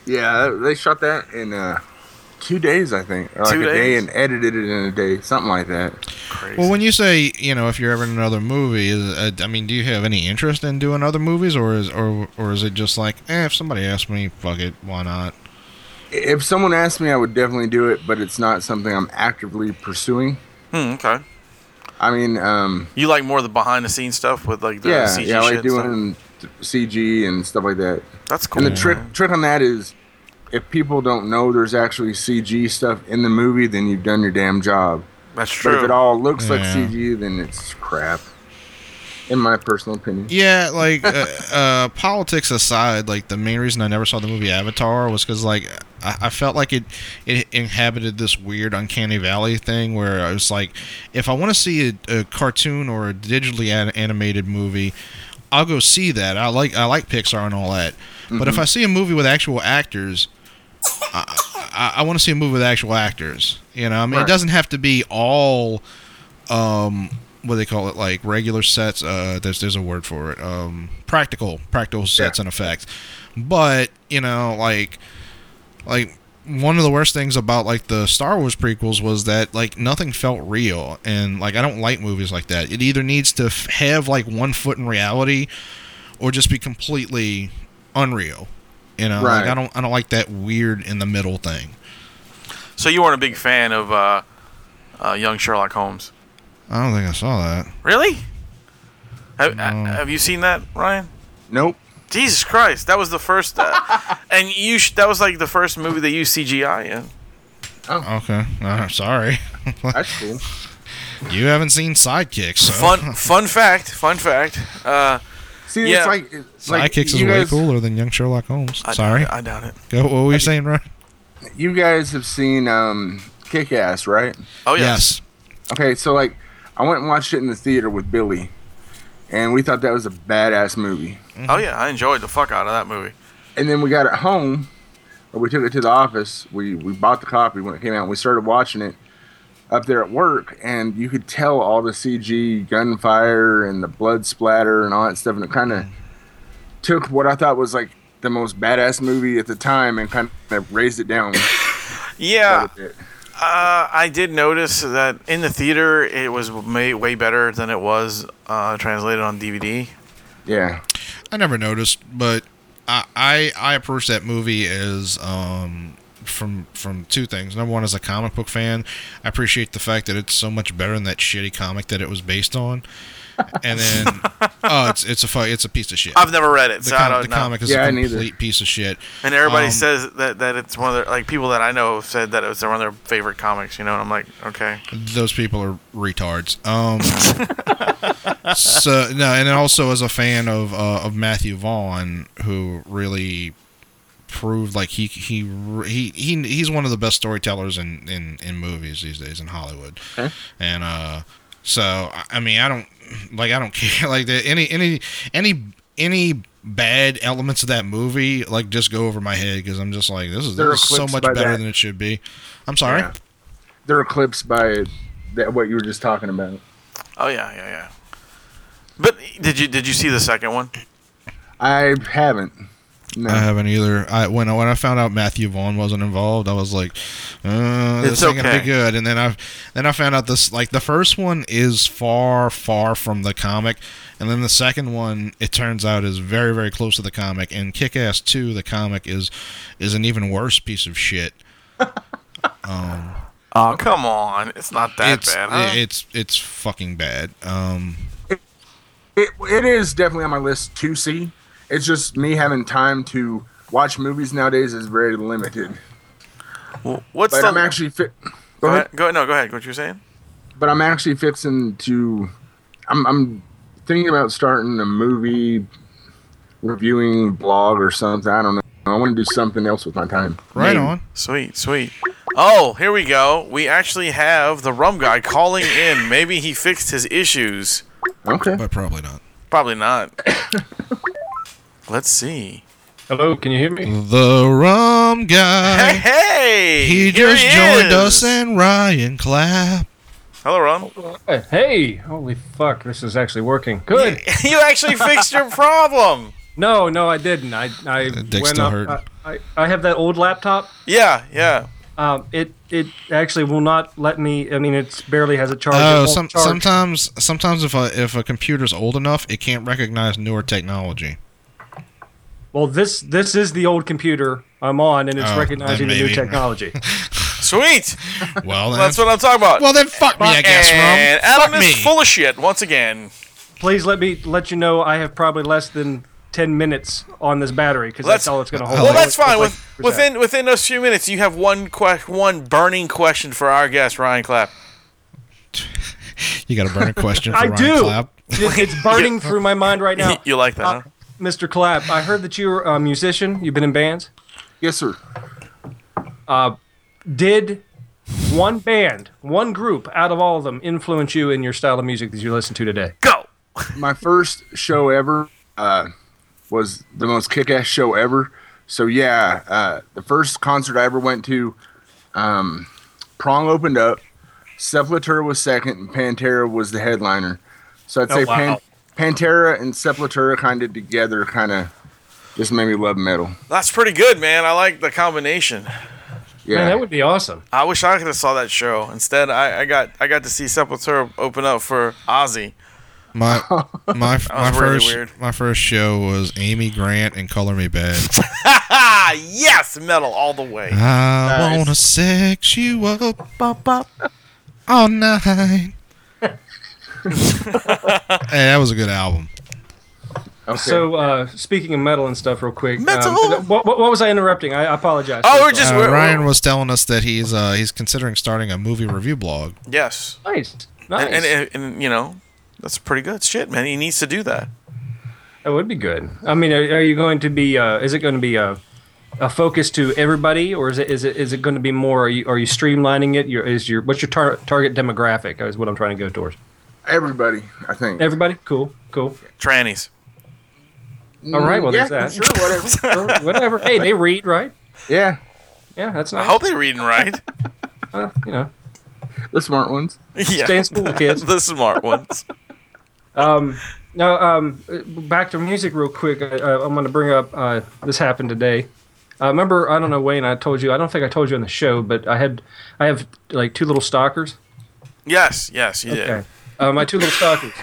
Yeah, they shot that in uh, two days, I think, or like
Two
a day,
days?
and edited it in a day, something like that.
Crazy.
well, when you say you know if you're ever in another movie, is, uh, I mean, do you have any interest in doing other movies, or is or or is it just like eh, if somebody asks me, fuck it, why not?
If someone asked me, I would definitely do it, but it's not something I'm actively pursuing.
Hmm, okay.
I mean, um,
You like more of the behind the scenes stuff with like the
yeah,
CG
yeah, I
shit.
like
and stuff?
doing CG and stuff like that.
That's cool.
And the trick trick on that is, if people don't know there's actually CG stuff in the movie, then you've done your damn job.
That's
But if
true.
it all looks like
Yeah.
CG, then it's crap. In my personal opinion.
Yeah, like uh, uh, politics aside, like the main reason I never saw the movie Avatar was because like I, I felt like it it inhabited this weird uncanny valley thing where I was like, if I want to see a, a cartoon or a digitally an- animated movie, I'll go see that. I like I like Pixar and all that, but if I see a movie with actual actors. I, I, I want to see a movie with actual actors. You know, I mean,
Right.
it doesn't have to be all um, what do they call it like regular sets uh there's there's a word for it um practical practical sets and effects but you know like like one of the worst things about like the Star Wars prequels was that like nothing felt real and like I don't like movies like that. It either needs to f- have like one foot in reality or just be completely unreal. You know, like
Right.
I don't I don't like that weird in the middle thing.
so you weren't a big fan of uh, uh, young Sherlock Holmes,
I don't think I saw that.
really? Have, uh, have you seen that, Ryan?
[LAUGHS]
Nope.
Jesus Christ, that was the first, uh, and you sh- that was like the first movie they used CGI in.
Okay. Uh, sorry.
That's cool.
you haven't seen Sidekicks. So. [LAUGHS]
Fun, fun fact, fun fact. Uh,
See,
Yeah.
it's like, it's like
Sidekicks is
you
way
guys-
cooler than Young Sherlock Holmes.
I doubt
Sorry.
it, I doubt it.
Go, what were you saying, Ryan?
You guys have seen um, Kick Ass, right?
Oh yes.
Okay, so like, I went and watched it in the theater with Billy, and we thought that was a badass movie.
Oh yeah, I enjoyed the fuck out of that movie.
And then we got it home, or we took it to the office. We we bought the copy when it came out. and We started watching it up there at work, and you could tell all the CG gunfire and the blood splatter and all that stuff, and it kind of took what I thought was like the most badass movie at the time and kind of raised it down
Yeah,
a bit.
uh, I did notice that in the theater it was way, way better than it was uh, translated on DVD.
Yeah.
I never noticed, but I I, I approach that movie as um from from two things. Number one, as a comic book fan, I appreciate the fact that it's so much better than that shitty comic that it was based on. And then,
[LAUGHS]
oh, it's it's a fu- it's a piece of shit.
I've never read it,
the,
so
com-
I don't
the
know.
comic is
Yeah, I
a
neither.
complete piece of shit.
And everybody
Um,
says that, that it's one of their like people that I know have said that it was one of their favorite comics. You know, and I'm like, okay,
those people are retards. Um, [LAUGHS] so no, and then also as a fan of uh, of Matthew Vaughn, who really proved like he he he, he he's one of the best storytellers in, in, in movies these days in Hollywood, and uh, so I- I mean I don't like I don't [LAUGHS] care like the, any any any any bad elements of that movie like just go over my head because I'm just like this is,
They're
this is so
eclipsed
much
by
better
that.
than it should be. I'm sorry.
Yeah. They're eclipsed by that what you were just talking about.
oh yeah, yeah, yeah. But did you did you see the second one?
I haven't. No.
I haven't either. I when I, when I found out Matthew Vaughn wasn't involved, I was like, uh, "This
It's
ain't gonna
okay.
be good." And then I then I found out this like the first one is far far from the comic, and then the second one it turns out is very very close to the comic. And Kick Ass Two, the comic is is an even worse piece of shit.
Oh come on, it's not that
it's
bad. Huh?
it's it's fucking bad. Um,
it, it is definitely on my list to see. It's just me having time to watch movies nowadays is very limited.
What's
But
the
I'm actually fit. Go
go
ahead.
ahead, go no go ahead. What you were saying?
But I'm actually fixing to. I'm, I'm thinking about starting a movie reviewing blog or something. I don't know. I want to do something else with my time.
right
Maybe.
on.
Sweet, sweet. Oh, here we go. We actually have the rum guy calling in. Maybe he fixed his issues.
Okay.
But probably not.
Probably not. [COUGHS] Let's see.
Hello, can you hear me?
The rum guy.
Hey, hey!
He
here
just joined
is.
us and Ryan Clapp.
Hello, Rum. [LAUGHS]
Hey, holy fuck, this is actually working. Good.
you actually fixed your problem.
No, no, I didn't. I, I
dick's
went
still
up.
hurting.
I, I, I have that old laptop.
Yeah, yeah.
Um, it it actually will not let me. I mean, it barely has a charge. It
Oh,
won't
some,
charge.
sometimes sometimes if a if a computer's old enough, it can't recognize newer
[LAUGHS]
technology.
Well, this this is the old computer I'm on, and it's
Oh, then
recognizing the new
maybe. [LAUGHS]
technology.
Sweet.
Well, then,
That's what I'm talking about.
well then fuck me, I guess,
and
Rum.
Adam
Fuck
is
me.
full of shit once again.
Please let me let you know I have probably less than ten minutes on this battery because that's
Let's-
all it's
Oh,
going to hold.
Well,
Oh, It's
that's
like-
fine.
it's
With,
like 1%.
within within those few minutes, you have one que- one burning question for our guest Ryan Clapp.
You got a
[LAUGHS]
burning question for
I
Ryan
do.
Clapp?
It- it's [LAUGHS] burning through my mind right [LAUGHS] now.
You like that?
Uh,
huh?
Mr. Clapp, I heard that you're a musician. You've been in bands.
Yes, sir.
Did one band, one group out of all of them influence you in your style of music that you listen to today?
Go.
my first show ever uh, was the most kick-ass show ever. So yeah, uh, the first concert I ever went to, um, Prong opened up, Sepultura was second, and Pantera was the headliner. So I'd
Oh,
say
wow.
Pan- Pantera and Sepultura kind of together, kind of just made me love metal.
That's pretty good, man. I like the combination.
Yeah,
Man, that would be awesome.
I wish I could have saw that show. Instead, I, I got I got to see Sepultura open up for Ozzy. [LAUGHS]
My my my
really
first
weird.
my first show was Amy Grant and Color Me Bad.
[LAUGHS] Ah, yes, metal all the way.
[LAUGHS]
I wanna sex you up all night.
[LAUGHS]
hey, that was a good album.
Okay.
So, uh, speaking of metal and stuff, real quick. um,
Metal?
what, what, what was I interrupting? I, I apologize.
Oh, we're just
Uh,
we're,
Ryan
we're-
was telling us that he's uh, he's considering starting a movie review blog.
yes,
nice. Nice.
And, and, and you know that's pretty good shit, man. He needs to do that.
that would be good. I mean, are, are you going to be? Uh, is it going to be a, a focus to everybody, or is it is it is it going to be more? Are you are you streamlining it? Your is your what's your tar- target demographic? Is what I'm trying to go towards.
everybody, I think.
Everybody, cool, cool.
Trannies.
All right, well,
yeah,
there's that.
sure,
[LAUGHS]
whatever.
Sure, whatever. Hey, they read, right?
yeah,
Yeah, that's
I
nice.
hope they're reading
[LAUGHS]
right.
You know,
the smart ones.
yeah. [LAUGHS]
stay in school, kids.
the smart ones.
No, um, back to music real quick. I, I, I'm going to bring up uh, this happened today. I remember I don't know Wayne. I told you I don't think I told you on the show, but I had I have like two little stalkers.
Yes, yes, you did.
Uh, my two little stalkers.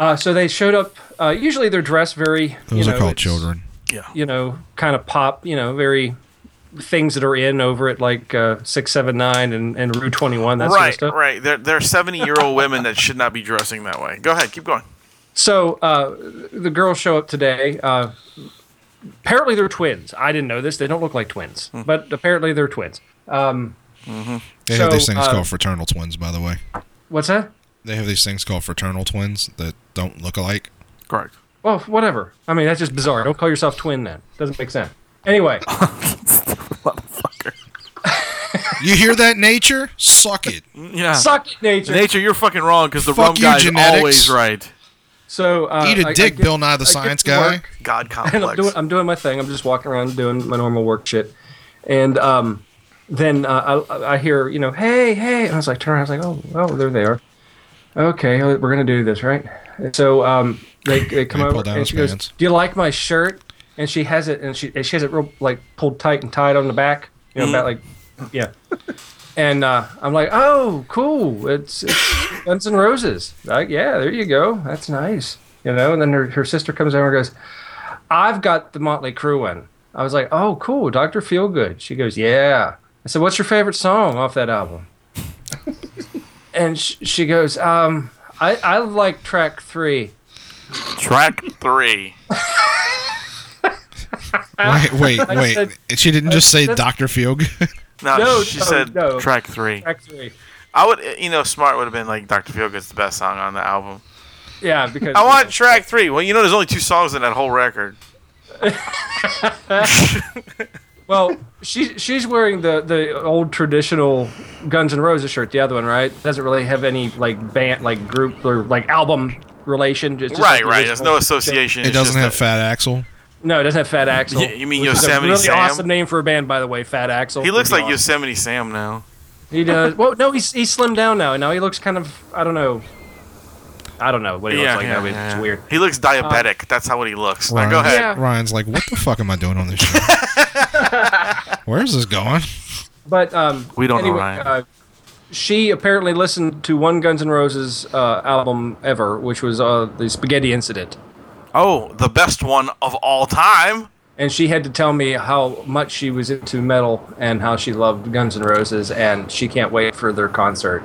Uh, so they showed up. Uh, usually they're dressed very. you
Those
know,
are called
it's-
children.
Yeah.
You know, kind of pop. You know, very things that are in over at like uh, six, seven, nine, and and Rue Twenty One. That sort of
right,
stuff.
right. There, there are 70 year old women that should not be dressing that way. Go ahead, keep going.
So uh, the girls show up today. Uh, apparently they're twins. I didn't know this. They don't look like twins, but apparently they're twins.
They have
So,
these things
uh,
called fraternal twins, by the way.
What's that?
They have these things called fraternal twins that don't look alike.
Correct.
Well, whatever. I mean, that's just bizarre. Don't call yourself twin then. Doesn't make sense.
[LAUGHS]
Anyway,
You hear that, nature? Suck
[LAUGHS]
it.
Yeah.
suck it, nature.
Nature, you're fucking wrong because the
Fuck
wrong
you,
guy's
genetics.
always right.
So uh,
Eat a
I- I
dick,
get-
Bill Nye the
I get
Science
to
Guy.
work,
God
[LAUGHS] and I'm doing,
complex.
I'm doing my thing. I'm just walking around doing my normal work shit, and um, then uh, I, I hear you know, hey, hey, and I was like, turn around. I was like, oh, oh, there they are. Okay, uh, we're gonna do this, right? And so um, they they come
He
over
pulled down
and
his
she goes,
pants.
do you like my shirt? And she has it, and she and she has it real like pulled tight and tied on the back, you know, about like, yeah. And uh, I'm like, oh, cool. It's, it's Guns N' Roses. Like, yeah, there you go. That's nice. You know, and then her, her sister comes over and goes, I've got the Motley Crue one. I was like, oh, cool. Dr. Feelgood. She goes, yeah. I said, what's your favorite song off that [LAUGHS] album? and sh- she goes, um, I, I like track three.
Track three.
Wait, wait, wait. she didn't just say Doctor
[LAUGHS]
Feelgood.
No,
No,
she
no,
said
no.
track three.
Track three.
I would, you know, Smart would have been like Dr. Feelgood's the best song on the album.
Yeah, because
I want track three. Well, you know, there's only two songs in that whole record.
Well, she she's wearing the the old traditional Guns N' Roses shirt. The other one, right, doesn't really have any like band, like group or like album relation. It's just
right,
like the
right. There's no
original-
association.
It
It's
doesn't
just
have
that-
Fat Axel.
no. It doesn't have Fat Axel.
Yeah, you mean
which is a
Yosemite
really
Sam?
awesome name for a band, by the way. Fat Axel.
He looks
would be
like
awesome.
Yosemite Sam now.
He does. Well, no, he's he's slimmed down now. Now he looks kind of I don't know. I don't know what he looks like now. but
yeah,
it's
yeah.
weird.
He looks diabetic. That's how what he looks. Now, go
Ryan's-
ahead.
Yeah.
Ryan's like, what the fuck am I doing on this show?
[LAUGHS]
Where's this going?
But um,
We don't know
anyway,
Ryan.
Uh, she apparently listened to one Guns N' Roses uh, album ever, which was uh, the Spaghetti Incident.
Oh, the best one of all time.
and she had to tell me how much she was into metal and how she loved Guns N' Roses, and she can't wait for their concert.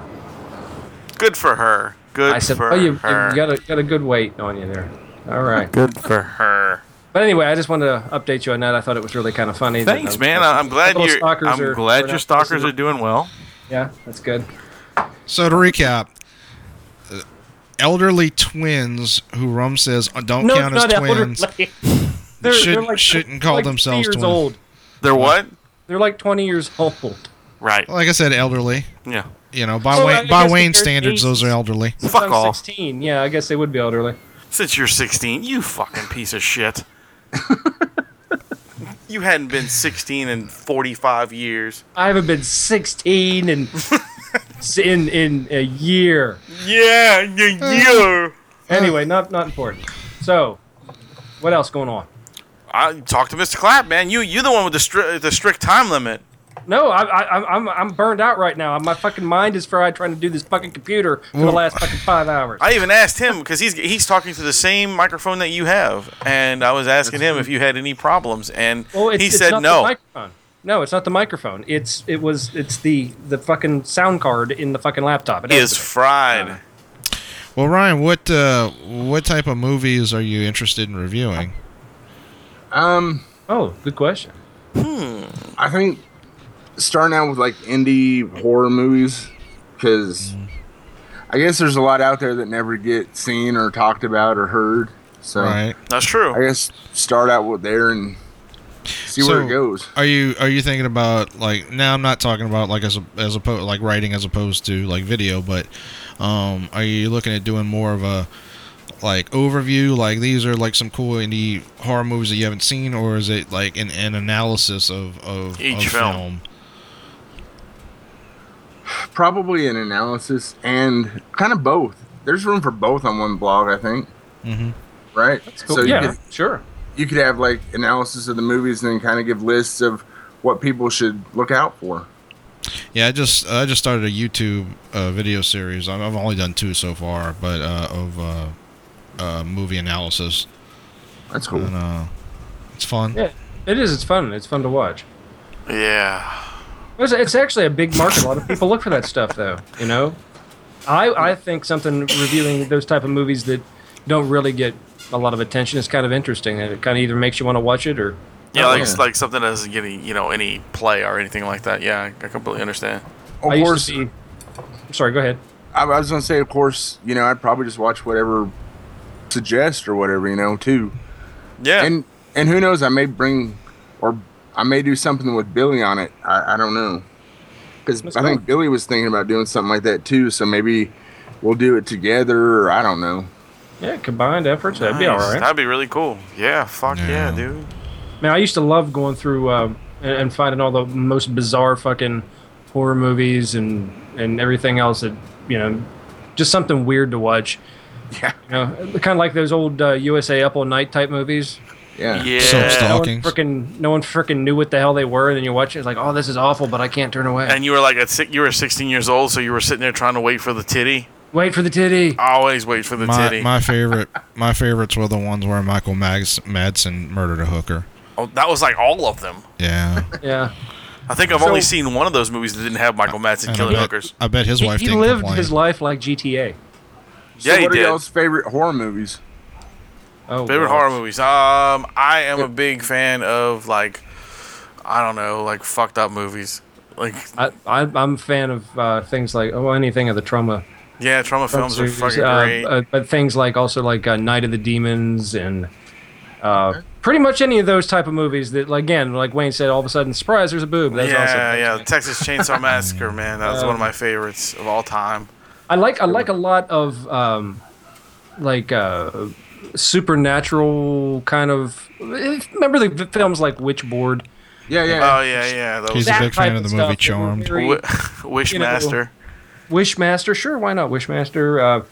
Good for her. Good
I said,
for
"Oh, you, you
her.
got a got a good weight on you there." All right,
Good for her.
but anyway, I just wanted to update you on that. I thought it was really kind of funny. that
Thanks,
I-
man. I- I'm glad
Little
you.
stalkers
I'm
are-
glad
are
your
not
stalkers
listening.
are doing well.
Yeah, that's good.
So to recap, uh, elderly twins who Rum says uh, don't
No,
count
it's
as
not
twins [LAUGHS]
elderly. they're,
should-
they're like,
shouldn't call
like 50
themselves
years
twins.
old.
They're what?
They're like twenty years old.
Right.
Like I said, elderly.
Yeah.
You know, by
Well, Oh, I
Wayne, by
guess
Wayne
they're
standards,
ages.
those are elderly.
Fuck
I'm
off.
Sixteen. Yeah, I guess they would be elderly.
Since you're 16, you fucking piece of
[LAUGHS]
shit. you hadn't been 16 in 45 years.
I haven't been sixteen
[LAUGHS]
in in in a year.
Yeah, yeah, yeah.
Anyway, not not important. So, what else going on?
I talk to Mr. Clapp, man. You you the one with the stri- the strict time limit.
No, I, I, I'm- I'm I'm burned out right now. My fucking mind is fried trying to do this fucking computer for the
Well-
last fucking five hours.
I even asked him because he's he's talking to the same microphone that you have, and I was asking him if you had any problems, and
Well, it's-
he
it's
said
not the
no.
microphone. No, it's not the microphone. It's it was it's the the fucking sound card in the fucking laptop. It
is
has to be.
fried.
Well, Ryan, what uh, what type of movies are you interested in reviewing?
Um,
oh, good question.
I think starting out with like indie horror movies because I guess there's a lot out there that never get seen or talked about or heard. So
Right.
That's
I
true.
guess start out with there and see where
So-
it goes.
Are you are you thinking about like now? I'm not talking about like as a, as opposed like writing as opposed to like video, but um, are you looking at doing more of a like overview? Like these are like some cool indie horror movies that you haven't seen, or is it like an, an analysis of of
Each
of
film.
Probably an analysis and kind of both. There's room for both on one blog, I think. right?
Cool.
So you
yeah,
could
sure.
you could have like analysis of the movies and then kind of give lists of what people should look out for.
Yeah, I just I just started a YouTube uh, video series. I've I've only done two so far, but uh, of uh, uh, movie analysis,
That's cool.
and uh, it's fun.
Yeah, it is. It's fun. It's fun to watch.
Yeah.
It's, it's actually a big market. A lot of people look for that stuff, though. You know, I I think something reviewing those type of movies that don't really get a lot of attention is kind of interesting, and it kind of either makes you want to watch it or
Yeah, like
Yeah.
like something that doesn't get any you know any play or anything like that. Yeah, I, I completely understand.
Of
I
course,
used to be. I'm sorry. Go ahead.
I, I was gonna say, of course, you know, I'd probably just watch whatever suggest or whatever, you know, too.
Yeah.
And and who knows, I may bring or I may do something with Billy on it. I, I don't know. Because
Let's
I
go.
think Billy was thinking about doing something like that too, so maybe we'll do it together or I don't know.
Yeah, combined efforts. That'd be all
Nice.
right.
That'd be really cool. Yeah. Fuck yeah,
Yeah.
dude.
Man, I used to love going through um, and, and finding all the most bizarre fucking horror movies and and everything else that you know, just something weird to watch.
Yeah.
You know, kind of like those old uh, USA Up All Night type movies.
Yeah.
Yeah.
No
Substance.
one
Hawkins.
freaking no one freaking knew what the hell they were, and then you watch it, it's like, oh, this is awful, but I can't turn away.
And you were like at si- you were 16 years old, so you were sitting there trying to wait for the titty.
Wait for
[LAUGHS]
the titty.
Always wait for the
My,
titty. [LAUGHS]
my favorite my favorites were the ones where Michael Mags, Madsen murdered a hooker.
oh, that was like all of them. [LAUGHS]
Yeah,
Yeah,
I think I've
So-
only seen one of those movies that didn't have Michael Madsen
And
killing
I, bet,
hookers.
I bet his
he,
wife
he
didn't
lived
complain.
his life like GTA.
Yeah,
so
he
what are
did.
y'all's favorite horror movies?
Oh,
Favorite
well.
horror movies. Um, I am a big fan of like, I don't know, like fucked up movies. Like,
I, I, I'm a fan of uh, things like oh anything of the trauma
yeah, trauma films are
series,
fucking
uh,
great.
uh, but things like also like uh, Night of the Demons and uh, pretty much any of those type of movies that like, again like Wayne said all of a sudden surprise there's a boob that's Um, awesome.
yeah, yeah, Texas Chainsaw Massacre, man, that was one of my favorites of all time.
I like I like a lot of um, like uh, supernatural kind of remember the films like Witchboard
Yeah, yeah.
Oh yeah, yeah, those.
He's a
that
big
type
fan of the movie
stuff that were
Charmed.
very-
Wi- [LAUGHS] Wishmaster.
Wishmaster, sure, why not Wishmaster?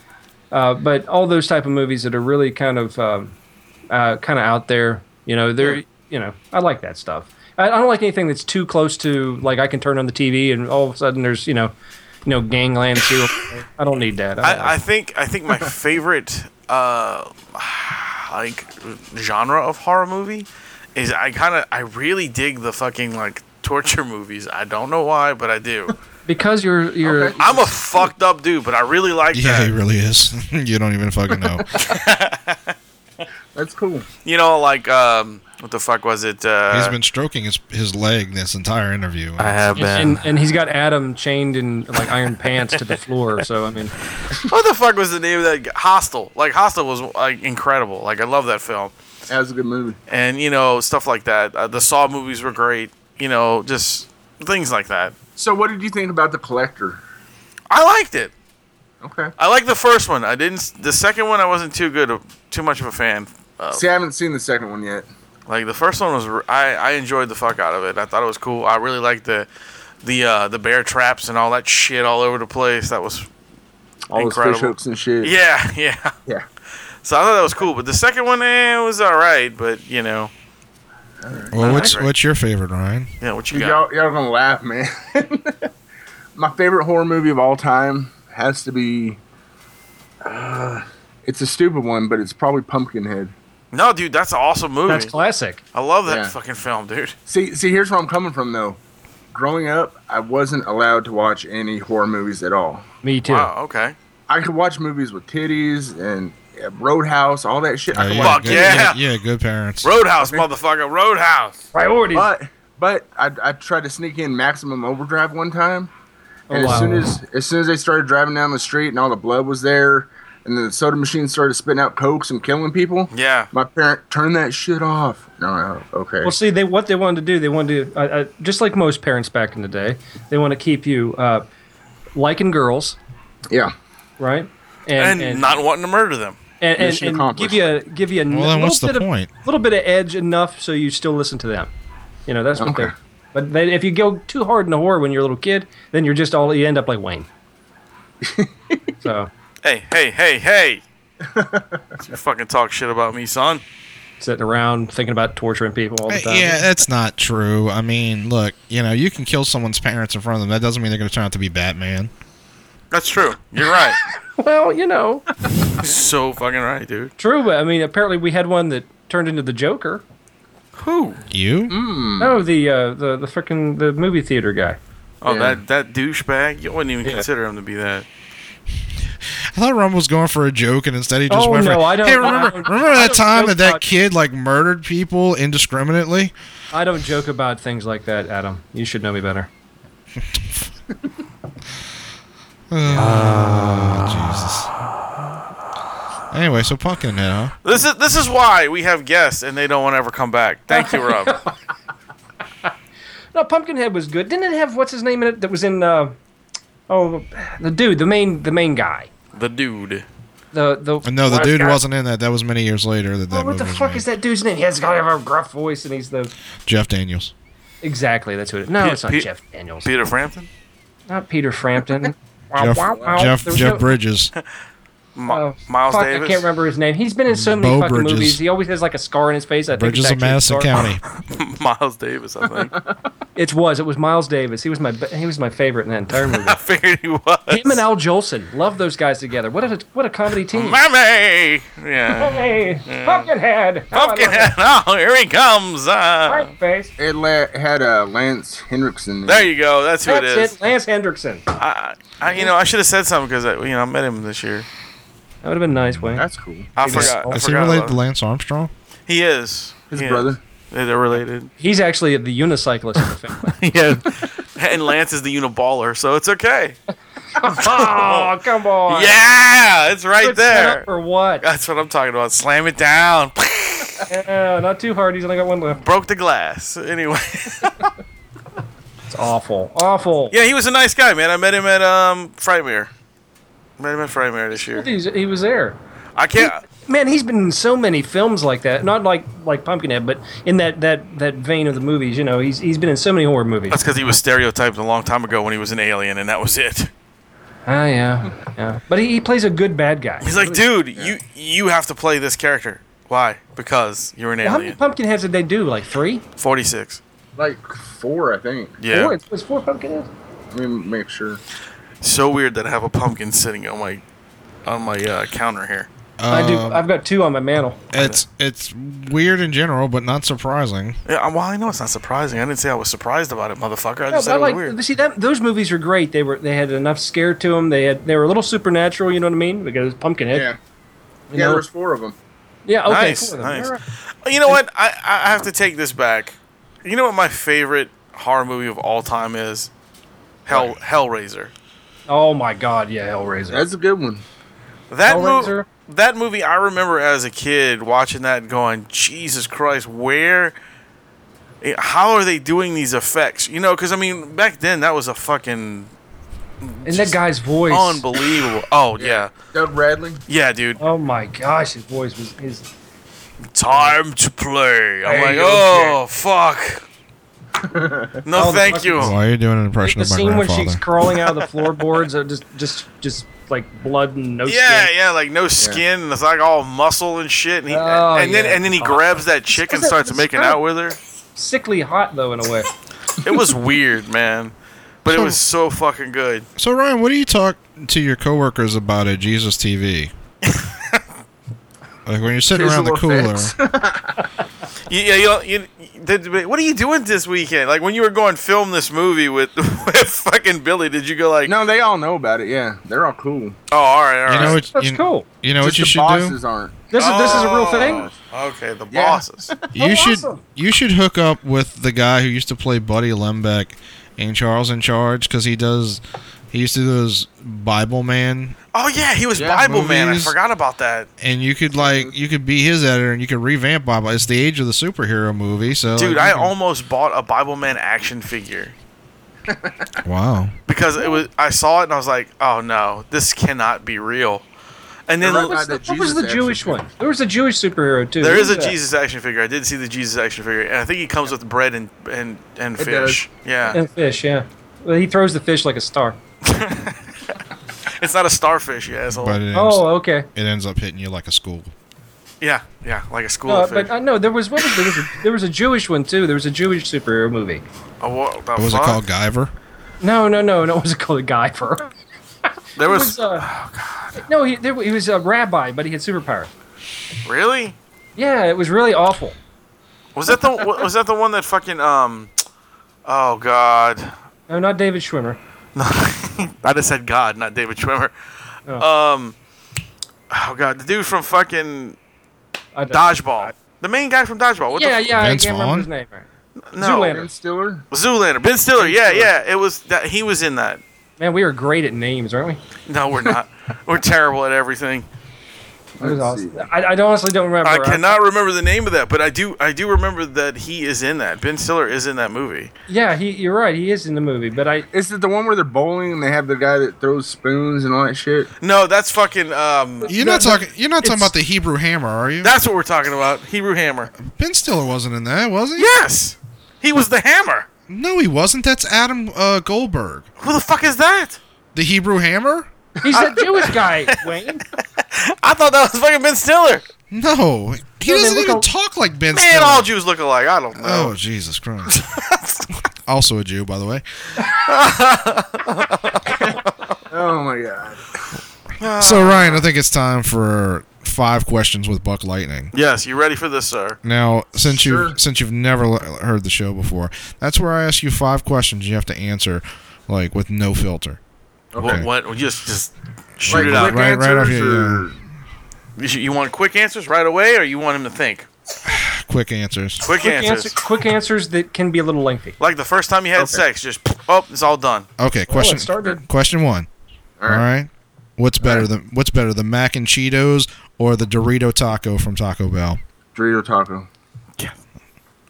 Uh, uh, but all those type of movies that are really kind of um, uh, kind of out there, you know, they're you know, I like that stuff. I, I don't like anything that's too close to like I can turn on the TV and all of a sudden there's you know, you know, gangland too. I don't need that. I, don't
I, I
like-
think I think my favorite uh, [SIGHS] like genre of horror movie is I kind of I really dig the fucking like torture movies. I don't know why, but I do.
because you're you're
Okay.
I'm a fucked up dude, but I really like
Yeah,
that.
he really is. [LAUGHS] you don't even
[LAUGHS]
fucking know.
That's cool.
You know, like um, what the fuck was it? Uh,
He's been stroking his his leg this entire interview.
I have been.
and, and he's got Adam chained in like iron pants to the floor. So I mean,
what the fuck was the name of that? g- Hostel. Like Hostel was like incredible. Like I love that film,
That was a good movie.
and you know stuff like that. Uh, the Saw movies were great. You know, just things like that.
So what did you think about the collector?
I liked it.
Okay.
I like the first one. I didn't. s- The second one, I wasn't too good, of- too much of a fan. of.
See, I haven't seen the second one yet.
Like the first one was, r- I, I enjoyed the fuck out of it. I thought it was cool. I really liked the, the uh, the bear traps and all that shit all over the place. That was,
All those fish
Incredible.
hooks and shit.
yeah, [LAUGHS] yeah.
Yeah.
So I thought that was cool. But the second one, eh, it was all right. But you know,
Well, what's
agree.
what's your favorite, Ryan?
yeah, what you
Dude,
got?
y'all, y'all gonna laugh, man. [LAUGHS] My favorite horror movie of all time has to be. Uh, it's a stupid one, but it's probably Pumpkinhead.
No, dude, that's an awesome movie.
that's classic.
I love that
Yeah.
fucking film, dude.
See, see, here's where I'm coming from, though. Growing up, I wasn't allowed to watch any horror movies at all.
Me too.
Wow. Oh, Okay.
I could watch movies with titties and uh, Roadhouse, all that shit. I could
you
watch,
Fuck
had good,
yeah.
yeah, good parents.
Roadhouse, motherfucker. Roadhouse.
Priorities.
but but I, I tried to sneak in Maximum Overdrive one time, and
Oh,
as soon
wow.
as as soon as they started driving down the street and all the blood was there, and the soda machine started spitting out cokes and killing people,
Yeah.
my parent turned that shit off. No, no, okay.
Well, see, they what they wanted to do, they wanted to uh, uh, just like most parents back in the day, they want to keep you uh, liking girls,
yeah,
right?
And, not wanting to murder them.
and, and,
mission
and
accomplished.
give you a, give you a n-
Well, then
little
what's the
bit of,
point?
little bit of edge enough so you still listen to them. You know that's what
Okay.
they're. But they, if you go too hard in the horror when you're a little kid, then
[LAUGHS]
you're just all you end up like Wayne. so
Hey, [LAUGHS] hey, hey, hey. You fucking talk shit about me, son.
Sitting around thinking about torturing people all the
Uh,
time.
Yeah, that's not true. I mean, look, you know, you can kill someone's parents in front of them. That doesn't mean they're going to turn out to be Batman.
That's true. You're
[LAUGHS]
right.
Well, you know,
so fucking right, dude.
true. But I mean, apparently we had one that turned into the Joker.
Who?
You?
Mm. No, the uh, the the freaking the movie theater guy.
Oh,
Yeah.
that that douchebag. You wouldn't even consider him to be that.
I thought Rumble was going for a joke, and instead he just
Oh,
went
no,
for.
I don't-
hey,
I
remember,
don't-
remember
I
that
don't
time
joke
that that
about-
kid like murdered people indiscriminately?
I don't joke about things like that, Adam. You should know me better.
Anyway, so Pumpkinhead, huh?
This is this is why we have guests and they don't want to ever come back. Thank you, Rob.
[LAUGHS]
No, Pumpkinhead was good. Didn't it have what's his name in it that was in? Uh, oh, the dude, the main the main guy.
the dude.
The the
And Uh, no, the
what-
dude
God,
wasn't in that. That was many years later that that
oh, what the
movie was
fuck
made.
is that dude's name? He has got to have a gruff voice, and he's the
Jeff Daniels.
exactly. That's who it is. No,
Pe-
it's not
Pe-
Jeff Daniels.
Peter Frampton. [LAUGHS]
not Peter Frampton. Wow,
Jeff,
wow, wow.
Jeff,
There was
Jeff
no- [LAUGHS]
Bridges.
Mi-
Oh,
Miles
fuck,
Davis.
I can't remember his name. He's been in so many
Bo
fucking
Bridges.
movies. He always has like a scar on his face. I think
Bridges
it's
of
actually a
Madison
scar.
County.
Miles Davis. I
[LAUGHS]
think. I
It was. It was Miles Davis. He was my he was my favorite in that
[LAUGHS]
entire movie.
figured he was.
Him and Al Jolson. Love those guys together. What a what a comedy team.
Mammy. Yeah.
Hey, Pumpkinhead.
Pumpkinhead. [LAUGHS] Oh, here he comes. Uh,
face.
It la- had uh, Lance Henriksen. in
there
it.
you go. That's who it
That's
is.
it, Lance Hendrickson. That
I, I, you know, I should have said something because you know I met him this year.
would have been nice, Wayne.
That's cool.
I forgot. I
Is he
forgot
related
about-
uh,
to Lance Armstrong?
He is.
His
He is.
brother.
They- They're related.
He's actually the unicyclist in the family.
yeah. [LAUGHS] And Lance is the uniballer, so it's okay.
[LAUGHS]
[LAUGHS]
oh, come on.
Yeah, it's right
Good
there.
setup Or what?
That's what I'm talking about. Slam it down. [LAUGHS]
Yeah, not too hard. He's only got one left.
Broke the glass. Anyway.
It's awful. Awful.
Yeah, he was a nice guy, man. I met him at um Frightmare. Met him at Frightmare this year.
He's- he was there.
I can't
Man, he's been in so many films like that. Not like like Pumpkinhead, but in that that that vein of the movies. You know, he's he's been in so many horror movies.
that's because he was stereotyped a long time ago when he was an alien and that was it.
Ah, yeah, yeah. But he, he plays a good bad guy.
He's like, dude, you you have to play this character. Why? Because you're an
How many
alien.
Pumpkinheads did they do? Like three?
Forty six.
Like four, I think.
Yeah.
Four? It was four Pumpkinheads.
Let me make sure.
So weird that I have a pumpkin sitting on my on my uh, counter here.
I do.
Um,
I've got two on my mantle.
It's it's weird in general, but not surprising.
Yeah, I- well, I know it's not surprising. I didn't say I was surprised about it, motherfucker. I
No,
just said
but I
it was
like.
weird.
but See, that, those movies are great. They were. They had enough scare to them. They had. They were a little supernatural. You know what I mean? Because Pumpkinhead.
Yeah.
You
yeah,
know?
there was four of them.
Yeah. Okay.
Nice,
four of them.
nice.
All right.
You know what? I, I have to take this back. You know what my favorite horror movie of all time is? Hell Hellraiser.
Oh my God! Yeah, Hellraiser.
That's a good one.
That movie.
Hellraiser?
That movie, I remember as a kid watching that, and going, "Jesus Christ, where? eh, How are they doing these effects?" You know, because I mean, back then that was a fucking
And that guy's voice. [LAUGHS]
unbelievable. Oh yeah,
Doug Bradley.
yeah, dude.
Oh my gosh, his voice was his.
Time to play. I'm
Hey,
like,
okay.
oh
[LAUGHS]
fuck. No,
Oh, the
thank
fucking
you.
Why are you doing an impression
The
of my
scene when
grandfather?
she's crawling out
[LAUGHS]
of the floorboards, uh, just, just, just like blood and no
Yeah,
skin.
yeah, like no skin, and it's like all muscle and shit. And, he,
Oh,
and then
yeah.
and then he grabs that chick and
that-
starts
it's
making
kind of-
out with her.
Sickly hot though, in
[LAUGHS]
a way.
It
[LAUGHS]
was weird, man, but it was
Hmm.
so fucking good.
So Ryan, what do you talk to your coworkers about at Jesus
[LAUGHS]
TV? like when you're sitting around the
Visual
cooler.
effects.
You, yeah, you, don't- you, did, what are you doing this weekend? Like when you were going film this movie with, [LAUGHS] with fucking Billy, did you go like,
No, they all know about it. Yeah, they're all cool.
oh, all right, all right.
You know what?
That's
you,
cool.
You know
Just
what you
the
should do.
bosses aren't.
This is this is a real thing.
Oh, Okay, the
Yeah.
bosses.
You
Oh,
should
awesome.
you should hook up with the guy who used to play Buddy Lembeck in Charles in Charge because he does he used to do those Bible Man
oh yeah, he was
Yeah,
Bible man. I
movies.
forgot about that.
and you could
Mm-hmm.
like you could be his editor and you could revamp Bible. It's the age of the superhero movie, so
Dude, I
like,
almost bought a Bible Man action figure
wow.
because it was I saw it and I was like, "Oh no, this cannot be real." And then
Right,
What's
right. Uh,
the- What
the
was the
Jesus
Jewish
action
one? There was a Jewish superhero too.
there
Who
is a
was that?
Jesus action figure. I did see the Jesus action figure, and I think he comes with bread and and and
It
fish. Yeah,
and fish. Yeah, well, he throws the fish like a star.
It's not a starfish, you asshole.
but it ends,
Oh, okay.
it ends up hitting you like a school.
yeah, yeah, like a school
No,
of fish.
Uh, but I know there was what was there was, a, there was a Jewish one too. There was a Jewish superhero movie.
Oh, what the
What was it
fuck?
called? Guyver?
No, no, no, no. It was called a guy for.
There
It
was,
was. Uh, No, he, there, he was a rabbi, but he had superpowers. uh,
really.
Yeah, it was really awful.
Was that the wa- was that the one that fucking um? Oh God, [LAUGHS]
No, not David Schwimmer.
I just said God, not David Schwimmer. Um, oh God, the dude from fucking
I don't-
Dodgeball, the main guy from Dodgeball. What
Yeah,
the
yeah.
Vince
I can't remember his
Vaughn?
name. Right.
f- no.
Zoolander.
Ben Stiller.
Zoolander, Ben Stiller. Yeah,
Stiller.
yeah, it was that he was in that.
Man, we are great at names, aren't we?
No, we're not. we're terrible at everything.
That was
Let's
awesome. I, I honestly don't remember.
I cannot remember the name of that, but I do. I do remember that he is in that. Ben Stiller is in that movie.
yeah, he, you're right. He is in the movie, but I.
Is it the one where they're bowling and they have the guy that throws spoons and all that shit?
No, that's fucking. Um,
You're
No,
not
no,
talking. You're not talking
it's-
about the Hebrew Hammer, are you?
that's what we're talking about. Hebrew Hammer.
ben Stiller wasn't in that, was he?
Yes, he was the Hammer.
No, he wasn't. That's Adam uh, Goldberg.
Who the fuck is that?
The Hebrew Hammer?
He's that Jewish
[LAUGHS]
guy, Wayne.
I thought that was fucking Ben Stiller.
No, he
No, they
doesn't
look
even
al-
talk like Ben
Man,
Stiller.
all Jews look alike. I don't know.
oh, Jesus
[LAUGHS]
Christ! also a Jew, by the way.
Oh my god.
Uh,
So Ryan, I think it's time for five questions with Buck Lightning.
Yes, you ready for this, sir?
Now, since
Sure.
you since you've never l- heard the show before, that's where I ask you five questions you have to answer, like with no filter.
What? What? well, Just, just shoot it
quick
out.
Right- right off
answers
your-
or-
You sh- You want quick answers right away, or you want him to think?
Quick answers.
Quick,
Quick,
answers.
answer, quick answers that can be a little lengthy.
Like the first time you had sex, just oh, it's all done.
Okay, question.
started.
Question one. All right. What's better than what's better, the mac and Cheetos or the Dorito taco from Taco Bell?
Dorito taco.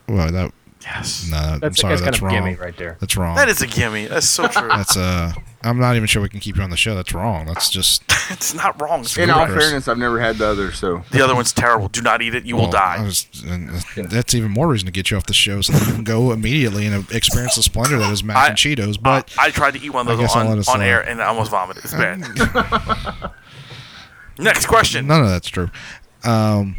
Well, that
Yes,
no, I'm
That's,
sorry,
that's,
that's,
kind of
wrong.
gimme right there.
That's wrong.
that is a gimme. That's so true.
that's uh, I'm not even sure we can keep you on the show. That's wrong.
[LAUGHS]
That's just
[LAUGHS] it's not wrong. It's
In all
Ludicrous.
fairness, I've never had the other, so
The other one's terrible. Do not eat it. You will
Well, Oh, I
die.
was- and uh, that's even more reason to get you off the show so that you can go immediately and experience the splendor that is mac
I-
and Cheetos. But
I, I tried to eat one of
I
those
guess I'll let
on,
us
on
know.
air and I almost vomited. It's bad.
[LAUGHS]
Next question.
none of that's true. Um,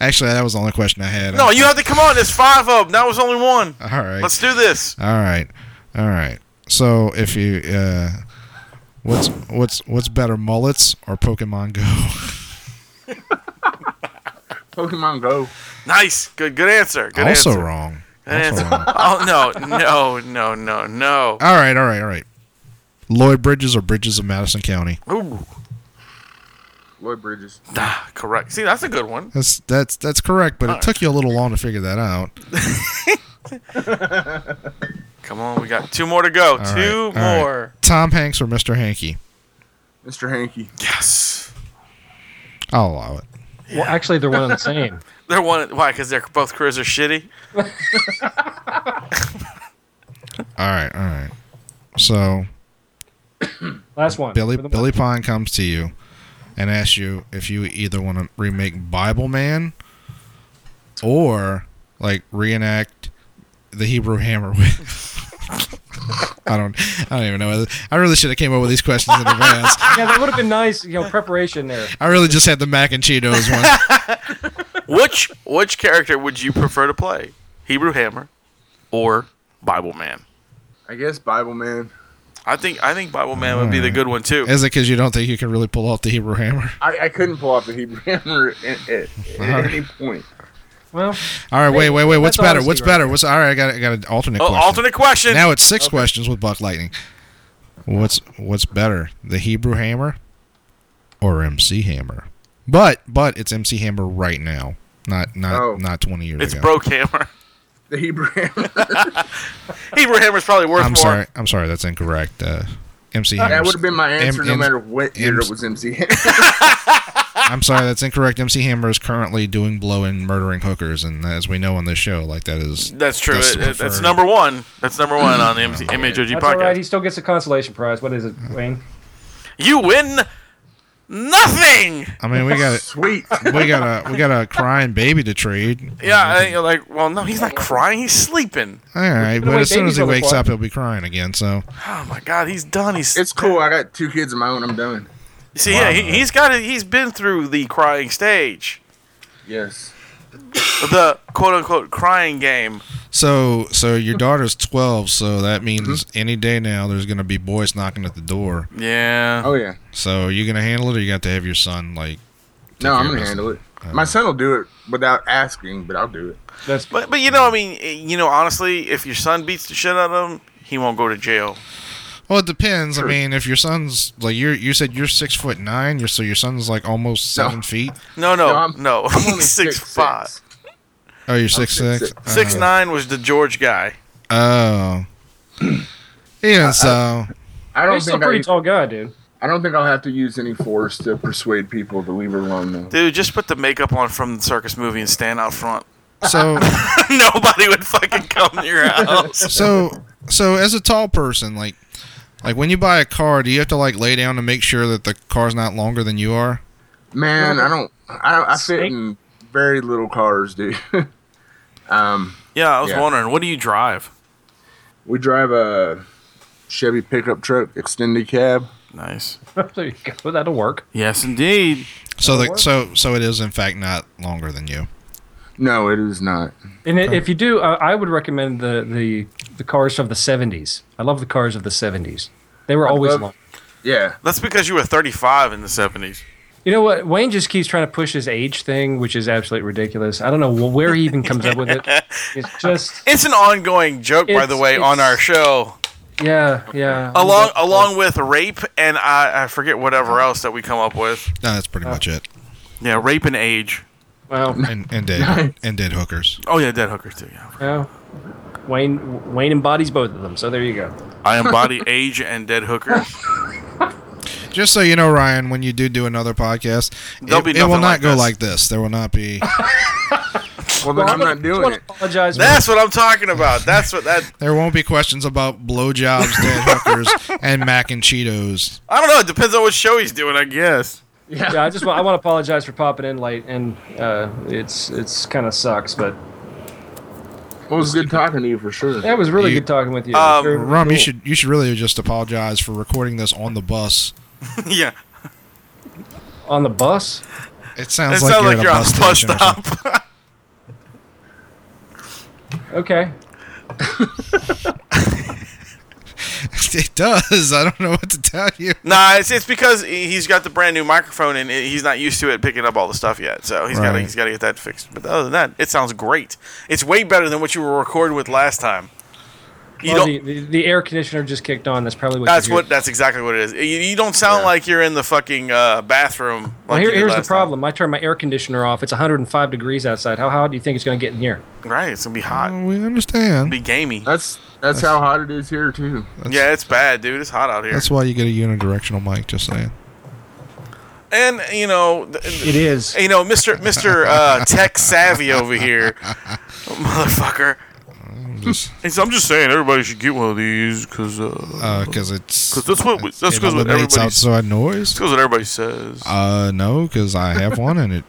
actually, that was the only question I had.
No, you have to come on. There's five of them. That was only one.
all right.
Let's do this.
All right, all right. So if you, uh, what's what's what's better, mullets or Pokemon Go?
Pokemon Go.
Nice. Good. Good answer. Good
[LAUGHS] also
answer.
wrong.
Good
Also
answer.
wrong.
[LAUGHS] Oh no, no, no, no, no.
All right, all right, all right. Lloyd Bridges or Bridges of Madison County?
Ooh.
Lloyd Bridges.
Nah, correct. See, that's a good one.
That's that's that's correct, but it
Alright.
took you a little long to figure that out.
Come on, we got two more to go.
right,
two
all right.
more.
Tom Hanks or Mr. Hanky?
Mr. Hanky.
Yes.
I'll allow it.
Well, actually, they're one and the same.
[LAUGHS] They're one. Why? Because they're both careers are shitty.
All right, all right. So
Last one.
Billy
For the-
Billy Pine comes to you and asks you if you either want to remake Bible Man or like reenact the Hebrew Hammer with. [LAUGHS] I don't. I don't even know. I really should have came up with these questions in advance.
Yeah, that would have been nice. You know, preparation there.
I really just had the mac and Cheetos one.
Which which character would you prefer to play? Hebrew Hammer or Bible Man?
I guess Bible Man.
I think I think Bible Man would be
Hmm.
the good one too.
Is it because you don't think you can really pull off the Hebrew Hammer?
I, I couldn't pull off the Hebrew [LAUGHS] hammer at, at, at any point.
Well,
All right, wait, wait, wait. What's
That's
better?
honesty,
What's
right?
better? What's all right? I got, I got an alternate.
Oh,
question.
alternate
[LAUGHS]
question.
Now it's six questions with Buck Lightning. What's what's better, the Hebrew Hammer or MC Hammer? But but it's MC Hammer right now, not not
Oh.
not twenty years
it's
ago.
Broke Hammer. [LAUGHS]
The Hebrew hammer. [LAUGHS]
Hebrew Hammer's probably worth
I'm
more.
sorry. I'm sorry. That's incorrect. Uh, MC Hammer.
That would have been my answer no
M-
matter what year
M's-
it was MC.
I'm sorry. That's incorrect. MC Hammer is currently doing blow and murdering hookers, and as we know on this show, like that is
That's true.
That's
It- it- That's,
preferred.
number one. That's number one on the MC, MHOG
that's all
podcast.
right. He still gets a consolation prize. What is it, Wayne?
You win nothing.
I mean, we got
[LAUGHS] Sweet.
we got a we got a crying baby to trade.
Yeah, and you're like, well, no, he's not crying. He's sleeping.
All right, but
away
as soon as
babies
he
on the
wakes
floor.
up, he'll be crying again. So
Oh my God, he's done. He's
it's cool. I got two kids of my own. I'm done.
see, yeah, he, he's got it. He's been through the crying stage,
Yes.
the quote unquote crying game.
so so
[LAUGHS]
your daughter's twelve, so that means
Mm-hmm.
any day now there's gonna be boys knocking at the door.
Yeah,
Oh yeah.
So are you gonna handle it, or you got to have your son like?
No,
Take
I'm
care
gonna
of
handle it.
Uh,
My son will do it without asking, but I'll do it.
That's
but but you know, I mean, eh, you know, honestly, if your son beats the shit out of him, he won't go to jail.
Well, it depends. I
Sure.
mean, if your son's like you, are you said you're six foot nine, you're, so your son's like almost
No.
seven feet.
No, no,
No,
no.
I'm, I'm
[LAUGHS]
only
he's [LAUGHS] six,
six
five.
six.
Oh, you're six
six,
six.
six.
Uh,
Six nine was the George guy.
Oh. [CLEARS THROAT] Yeah,
[LAUGHS]
so
I don't
he's still a
think
pretty
I,
tall guy, dude. [LAUGHS]
I don't think I'll have to use any force to persuade people to leave her alone. Though.
Dude, just put the makeup on from the circus movie and stand out front. [LAUGHS]
so
Nobody would fucking come to [LAUGHS] your house.
so so as a tall person, like like when you buy a car, do you have to like lay down to make sure that the car's not longer than you are?
Man, I don't. I, I fit in very little cars, dude. [LAUGHS] um,
Yeah, I was
Yeah.
wondering, what do you drive?
we drive a Chevy pickup truck, extended cab.
Nice.
there you go. That'll work.
Yes, indeed.
So the so so it is in fact not longer than you.
No, it is not.
And i if you do, uh, I would recommend the, the the cars of the '70s. I love the cars of the '70s. They were always
love-
long.
Yeah,
That's because you were 35 in the 70s.
You know what? Wayne just keeps trying to push his age thing, which is absolutely ridiculous. I don't know wh- where he even comes up with it.
[LAUGHS]
It's just
It's an ongoing joke, by the
It's-
way, on
it's-
our show.
yeah, yeah.
Along along with rape and I, I forget whatever else that we come up with.
No, that's pretty much it.
Uh-huh. Yeah, rape and age.
Wow.
And and dead and dead hookers.
Oh yeah, dead hookers too. Yeah.
Yeah. Wayne Wayne embodies both of them. So there you go.
I embody [LAUGHS] age and dead hookers.
Just so you know, Ryan, when you do do another podcast,
There'll
it,
be
it will
nothing
not
like
go
this.
like this. There will not be. [LAUGHS]
well then I'm not doing it.
Apologize.
[LAUGHS]
for-
That's what I'm talking about. That's what that.
There won't be questions about blowjobs, dead hookers, and mac and Cheetos.
I don't know. It depends on what show he's doing, I guess.
yeah, I just want, I want to apologize for popping in late, and uh, it's it's kind of sucks, but
Well, it was good talking to you for sure.
that was really
You-
good talking with you.
Um,
Sure.
Rum, you should you should really just apologize for recording this on the bus.
[LAUGHS] yeah.
on the bus.
It
It
sounds
sounds
like you're
like
at
you're
a
on
bus
a bus
station. or something.
stop.
Okay.
[LAUGHS] it does. I don't know what to tell you.
[LAUGHS] Nah, it's, it's because he- he's got the brand new microphone and it- he's not used to it picking up all the stuff yet. So he's got
Right.
he's got to get that fixed. But other than that, it sounds great. It's way better than what you were recording with last time. You
Well,
don't.
the, the, the air conditioner just kicked on. That's probably what.
that's
you hear.
what. That's exactly what it is. You, you don't sound like you're in the fucking uh, bathroom. Like
Well,
you
here,
did
here's the
last time.
problem. I turned my air conditioner off. It's 105 degrees outside. How hot do you think it's going to get in here?
Right. It's gonna be hot.
Mm.
It'll
We understand.
be gamey.
That's that's how hot it is here too.
yeah, it's bad, dude. It's hot out here.
That's why you get a unidirectional mic. Just saying.
And you know, th- th-
It is.
you know, Mister Mister uh, Tech Savvy over
[LAUGHS]
here, motherfucker.
I'm just
It's, I'm just saying, everybody should get one of these because uh,
because it's
[LAUGHS] 'Cause that's what we- that's 'cause
it
what
eliminates
everybody's-
outside noise.
That's what everybody says.
Uh, no, because I have
[LAUGHS]
one and it.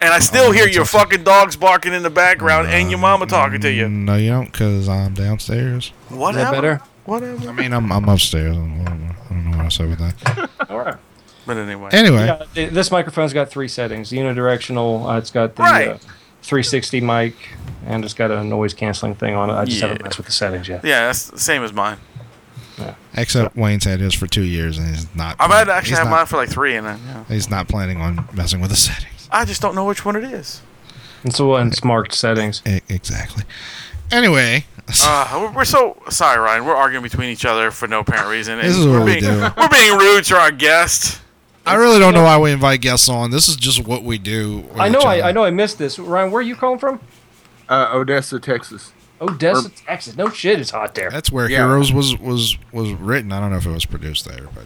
and I still hear
it's
your
okay.
fucking dogs barking in the background and your mama talking to you.
No, you don't, because I'm downstairs.
Mm. Is that
Whatever.
better?
Whatever.
I mean, I'm I'm upstairs. I don't know- I don't know what I said with that.
But anyway.
Anyway,
Yeah, th- this microphone's got three settings: unidirectional. Uh, it's got the
Right.
uh, 360 mic, and it's got a noise canceling thing on it. I just
Yeah.
haven't messed with the settings yet.
yeah, that's the same as mine.
except Wayne's had his for two years and he's not.
I've had to actually
he's
have
not-
mine for like three, and I, yeah.
He's not planning on messing with the [LAUGHS] settings.
I just don't know which one it is.
And so and it's marked settings.
E- exactly. Anyway,
Uh, we're, we're so sorry, Ryan. We're arguing between each other for no apparent reason. and
This is what
we're
we
being,
do.
We're being rude to our guest.
[LAUGHS] I really don't know why we invite guests on. This is just what we do. with
I know.
each
I,
other.
I know. I missed this. Ryan, where are you calling from?
Uh, Odessa, Texas.
Odessa, Texas. No shit, it's hot there.
That's where
Yeah.
Heroes was was was written. I don't know if it was produced there, but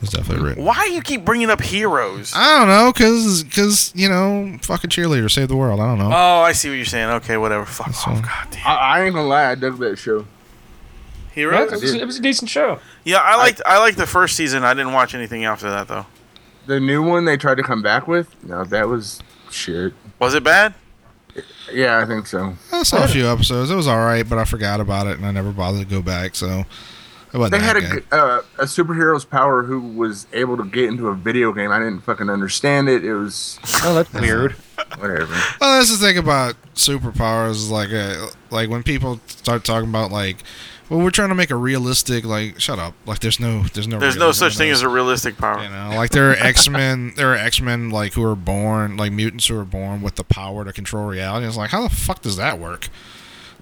it's definitely written.
Why do you keep bringing up heroes?
I don't know, cause cause you know, fucking cheerleader saved the world. I don't know.
Oh, I see what you're saying. Okay, whatever. Fuck
all.
off. God damn.
I, I ain't gonna lie, I dug that show.
Yeah, it,
Uh, Heroes?
was, it was a decent show.
Yeah, I liked I liked the first season. I didn't watch anything after that though.
the new one they tried to come back with, no, that was shit.
Was it bad?
Oh,
Yeah, I think so.
I saw a few episodes. It was all right, but I forgot about it and I never bothered to go back. So it wasn't
They
that
had a,
good.
g- uh, a superhero's power who was able to get into a video game. I didn't fucking understand it. It was
Oh, that's weird.
whatever.
Well, that's the thing about superpowers. is Like, uh like when people start talking about like, well, we're trying to make a realistic. Like, shut up. Like, there's no, there's no.
There's no
realism
such
in
thing
this.
as a realistic power.
You know, like there are X Men, [LAUGHS] there are X Men like who are born, like mutants who are born with the power to control reality. It's like, how the fuck does that work?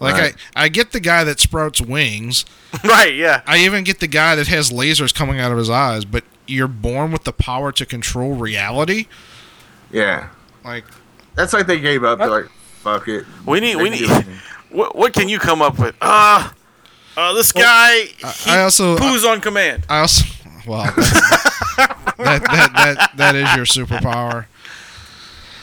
Like,
Right.
I, I get the guy that sprouts wings.
[LAUGHS] Right? Yeah.
I even get the guy that has lasers coming out of his eyes. But you're born with the power to control reality.
Yeah,
Like,
that's like they gave up. They're like, fuck it.
We need.
They
We
can
[LAUGHS] need.
do anything.
What, what can you come up with? Ah. Uh, this guy, he
I also-
poos on command.
I also well that's, that, that that that is your superpower.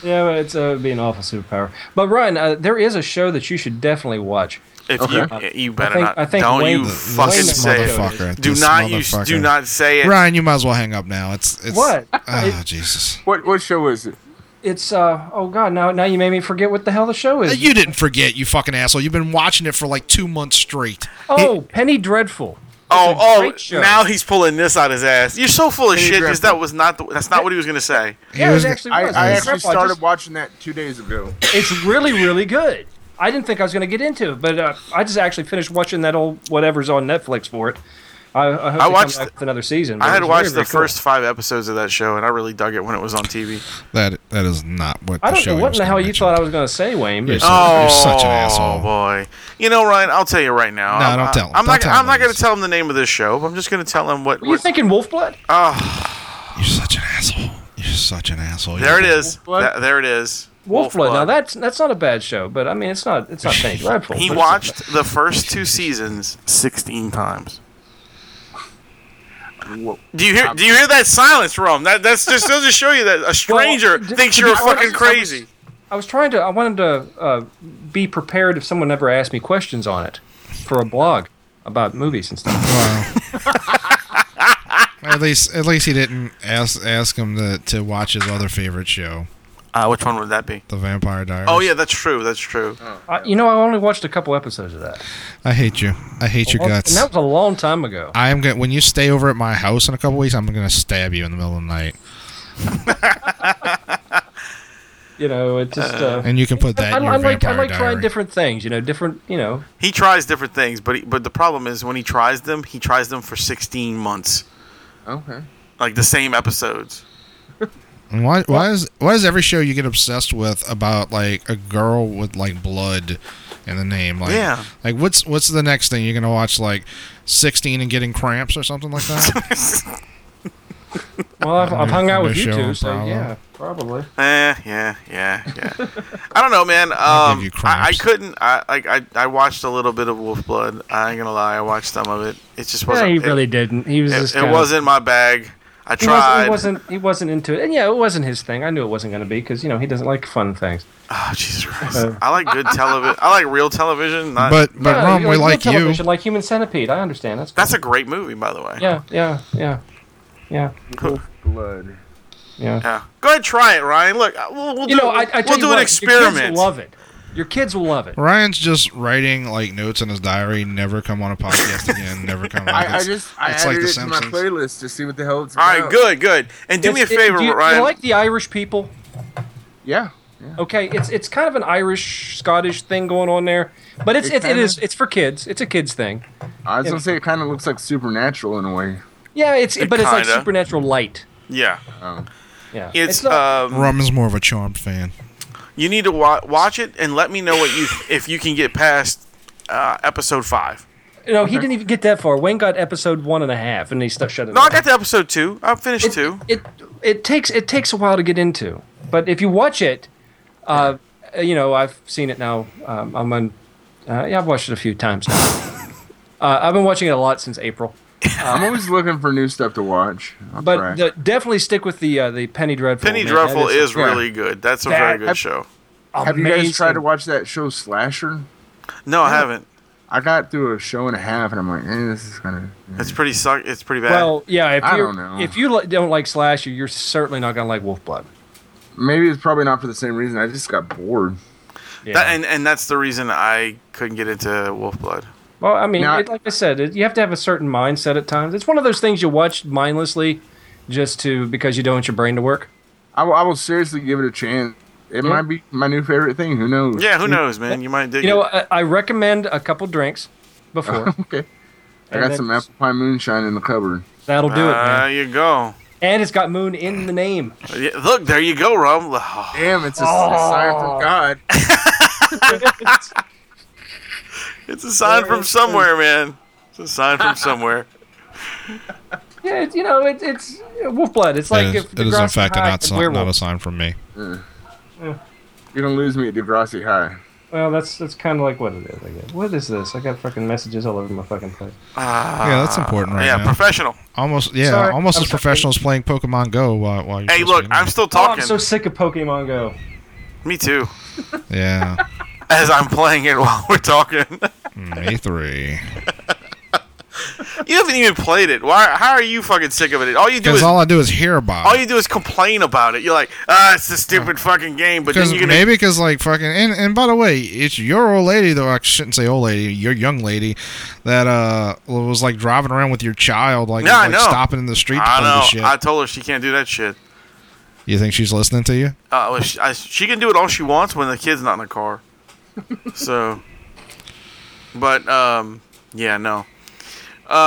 Yeah, but it's uh, be an awful superpower. But Ryan, uh, there is a show that you should definitely watch.
If
Okay.
you, you better
I think-
not.
I think
don't
Wayne-
you
Wayne
fucking
is-
say it.
motherfucker.
Do
This
not you s- do
motherfucker.
not say it.
Ryan, you might as well hang up now. It's it's
What?
Oh Jesus!
What what show is it?
It's uh oh god, now now you made me forget what the hell the show
Uh,
is.
You didn't forget, you fucking asshole. You've been watching it for like two months straight.
oh, Penny Dreadful.
Oh,
It's a
oh!
great show.
Now he's pulling this out his ass. You're so full of
Penny
shit because
Dreadful.
that was not. The, that's not what he was gonna say.
Yeah,
Here's
it
the-
actually
I,
was.
I
Penny
actually
Dreadful, I
started
just-
watching that two days ago.
it's really really good. I didn't think I was going to get into it, but uh, I just actually finished watching that old whatever's on Netflix for it. I, I hope
I
I
watched
watched back with another season. but
I
it
had
was
watched
very,
the
very cool.
first five episodes of that show, and I really dug it when it was on TV.
That that is not what.
I
the
don't
show
know
he
what
was
in the
gonna
hell you
mention.
thought I was going to say, Wayne. But
Yes.
Oh,
You're such an asshole.
boy. You know, Ryan, I'll tell you right now.
No,
I'm,
don't tell him.
I'm
Don't
not,
tell
I'm
him
not going
this.
to tell him the name of this show. I'm just going to tell him what.
were you
what
thinking Wolfblood?
Uh,
You're such an asshole. You're such an asshole.
there it
You're-
is.
Wolfblood?
Th- there it is.
Wolfblood. Now
Wolfblood.
that's that's not a bad show, but I mean it's
[LAUGHS]
not it's not Penny Dreadful.
He
but it's-
watched the first two seasons 16 times.
Wha-
Do you hear? Do you hear that silence, Rome? That that's just goes to show you that a stranger
d-
thinks
to
you're
be
fucking
honest, I was-
crazy.
I was trying to. I wanted to uh, be prepared if someone ever asked me questions on it for a blog about movies and stuff.
Wow. at least at least he didn't ask ask him to to watch his other favorite show,
Uh, which one would that be?
The Vampire Diaries.
Oh yeah, that's true. That's true.
I, you know, I only watched a couple episodes of that,
I hate you. I hate your guts.
and that was a long time ago.
I am going when you stay over at my house in a couple weeks. I'm gonna stab you in the middle of the night,
You know, it just. Uh,
and you can put that
I,
in your
I like I
vampire
like
diary.
trying different things. You know, different. You know,
He tries different things, but he, but the problem is when he tries them, he tries them for 16 months,
Okay.
like the same episodes. [LAUGHS]
And why why is why is every show you get obsessed with about like a girl with like blood in the name? Like,
Yeah.
Like what's what's the next thing you're gonna watch? Like sixteen and getting cramps or something like
[LAUGHS]
that.
well, I've, I've hung out with you
Michelle
two, so
Bravo.
yeah, probably.
Eh, yeah, yeah, yeah. [LAUGHS] I don't know, man. Um,
give you
I, I
cramps.
couldn't. I like. I, I watched a little bit of Wolf Blood. I ain't gonna lie. I watched some of it. It just
Yeah,
wasn't.
he
it-
really didn't. He was
It,
just.
it
kinda-
wasn't my bag. I
He wasn't,
tried.
he wasn't. He wasn't into it, and yeah, it wasn't his thing. I knew it wasn't going to be because you know he doesn't like fun things.
Oh Jesus Christ!
Uh,
I like good television. I like real television. Not,
but but
Yeah,
Rom, we
real
like you.
television, like Human Centipede. I understand. That's cool.
that's a great movie, by the way.
Yeah, yeah, yeah, yeah,
Wolf blood.
yeah.
Yeah. Go ahead, try it, Ryan. Look, I- we'll, we'll
You
do.
know, I, I tell
we'll
you
do an
what, Your kids
experiment.
will love it. Your kids will love it.
Ryan's just writing like notes in his diary. Never come on a
[LAUGHS]
podcast again. Never come. Like,
I, I
it's-
just I
it's
added
like The
it to
Simpsons.
my playlist to see what the hell it's
All
about.
right, good, good. And do me a
It's- it-
favor,
do you,
Ryan.
You like the Irish people?
Yeah. yeah.
Okay, it's it's kind of an Irish Scottish thing going on there, but it's
It
it, it
kinda-
is it's for kids. It's a kids thing.
I was gonna say it kind of looks like Supernatural in a way.
Yeah, it's but it's like
kinda.
supernatural light.
yeah.
Yeah,
It's,
not-
um.
Rum is more of a charmed fan.
you need to wa- watch it and let me know what you if you can get past uh, episode five.
you know he didn't even get that far. Wayne got episode one and a half, and he stuck shut it.
No, I
down.
got to episode two. I finished
it,
two.
It, it takes it takes a while to get into, but if you watch it, uh, you know I've seen it now. Um, I'm on. Uh, yeah, I've watched it a few times now. [LAUGHS] uh, I've been watching it a lot since April,
I'm always looking for new stuff to watch. I'll try.
but the, definitely stick with the uh, the Penny Dreadful.
Penny
man. That
Dreadful is,
yeah.
really good. That's a
That-
very good
I've-
show.
have you guys
amazing.
tried to watch that show Slasher?
No, I haven't.
I got through a show and a half, and I'm like, eh, this is gonna.
It's pretty suck. It's pretty bad.
Well, yeah. If
I
you
don't know.
if you li- don't like slasher, you're certainly not gonna like Wolf Blood.
Maybe it's probably not for the same reason. I just got bored.
Yeah.
that, and and that's the reason I couldn't get into Wolf Blood.
well, I mean,
Now-
it, like I said, it, you have to have a certain mindset at times. It's one of those things you watch mindlessly, just to because you don't want your brain to work.
I will- I will seriously give it a chance. It might be my new favorite thing. Who knows?
Yeah, who knows, man? You might dig
You know,
it.
I, I recommend a couple drinks before.
Okay. [LAUGHS] I
And
got some
that's-
apple pie moonshine in the cupboard.
That'll do it, man.
There you go.
And it's got moon in the name.
Yeah, look, there you go, Rob. Oh,
Damn, it's a s- sign from God.
[SIGHS] it's a sign from somewhere, man. It's a sign
[LAUGHS]
from somewhere.
Yeah, it, you know, it, it's wolf blood. It's like
it is,
if
it is in
Degrassi
fact
High
not,
had
sign,
werewolf.
not a sign from me.
You're gonna lose me at Degrassi High.
Well, that's that's kind of like what it is. I guess. What is this? I got fucking messages all over my fucking place.
yeah, that's important right
Uh, yeah,
now.
professional.
almost, yeah,
Sorry,
almost
I'm
as professional as playing Pokemon Go. While, while you're
Hey,
supposed
look,
to be-
I'm still
Oh, I'm
talking.
so sick of Pokemon Go.
Me too.
yeah,
As I'm playing it [LAUGHS] while we're talking. [LAUGHS]
A three.
you haven't even played it. Why? How are you fucking sick of it? All you do
Because
is
all I do is hear about.
all
it.
you do is complain about it. You're like, ah, it's a stupid fucking game. But then
Because
you're gonna
maybe because like fucking and, and by the way, it's your old lady though. I shouldn't say old lady, your young lady that uh was like driving around with your child, like,
No, I
like,
know.
stopping in the street to play this
I
shit.
know. I told her she can't do that shit.
you think she's listening to you?
Uh, well, she, I, she can do it all she wants when the kid's not in the [LAUGHS] car. so, but um, yeah, no.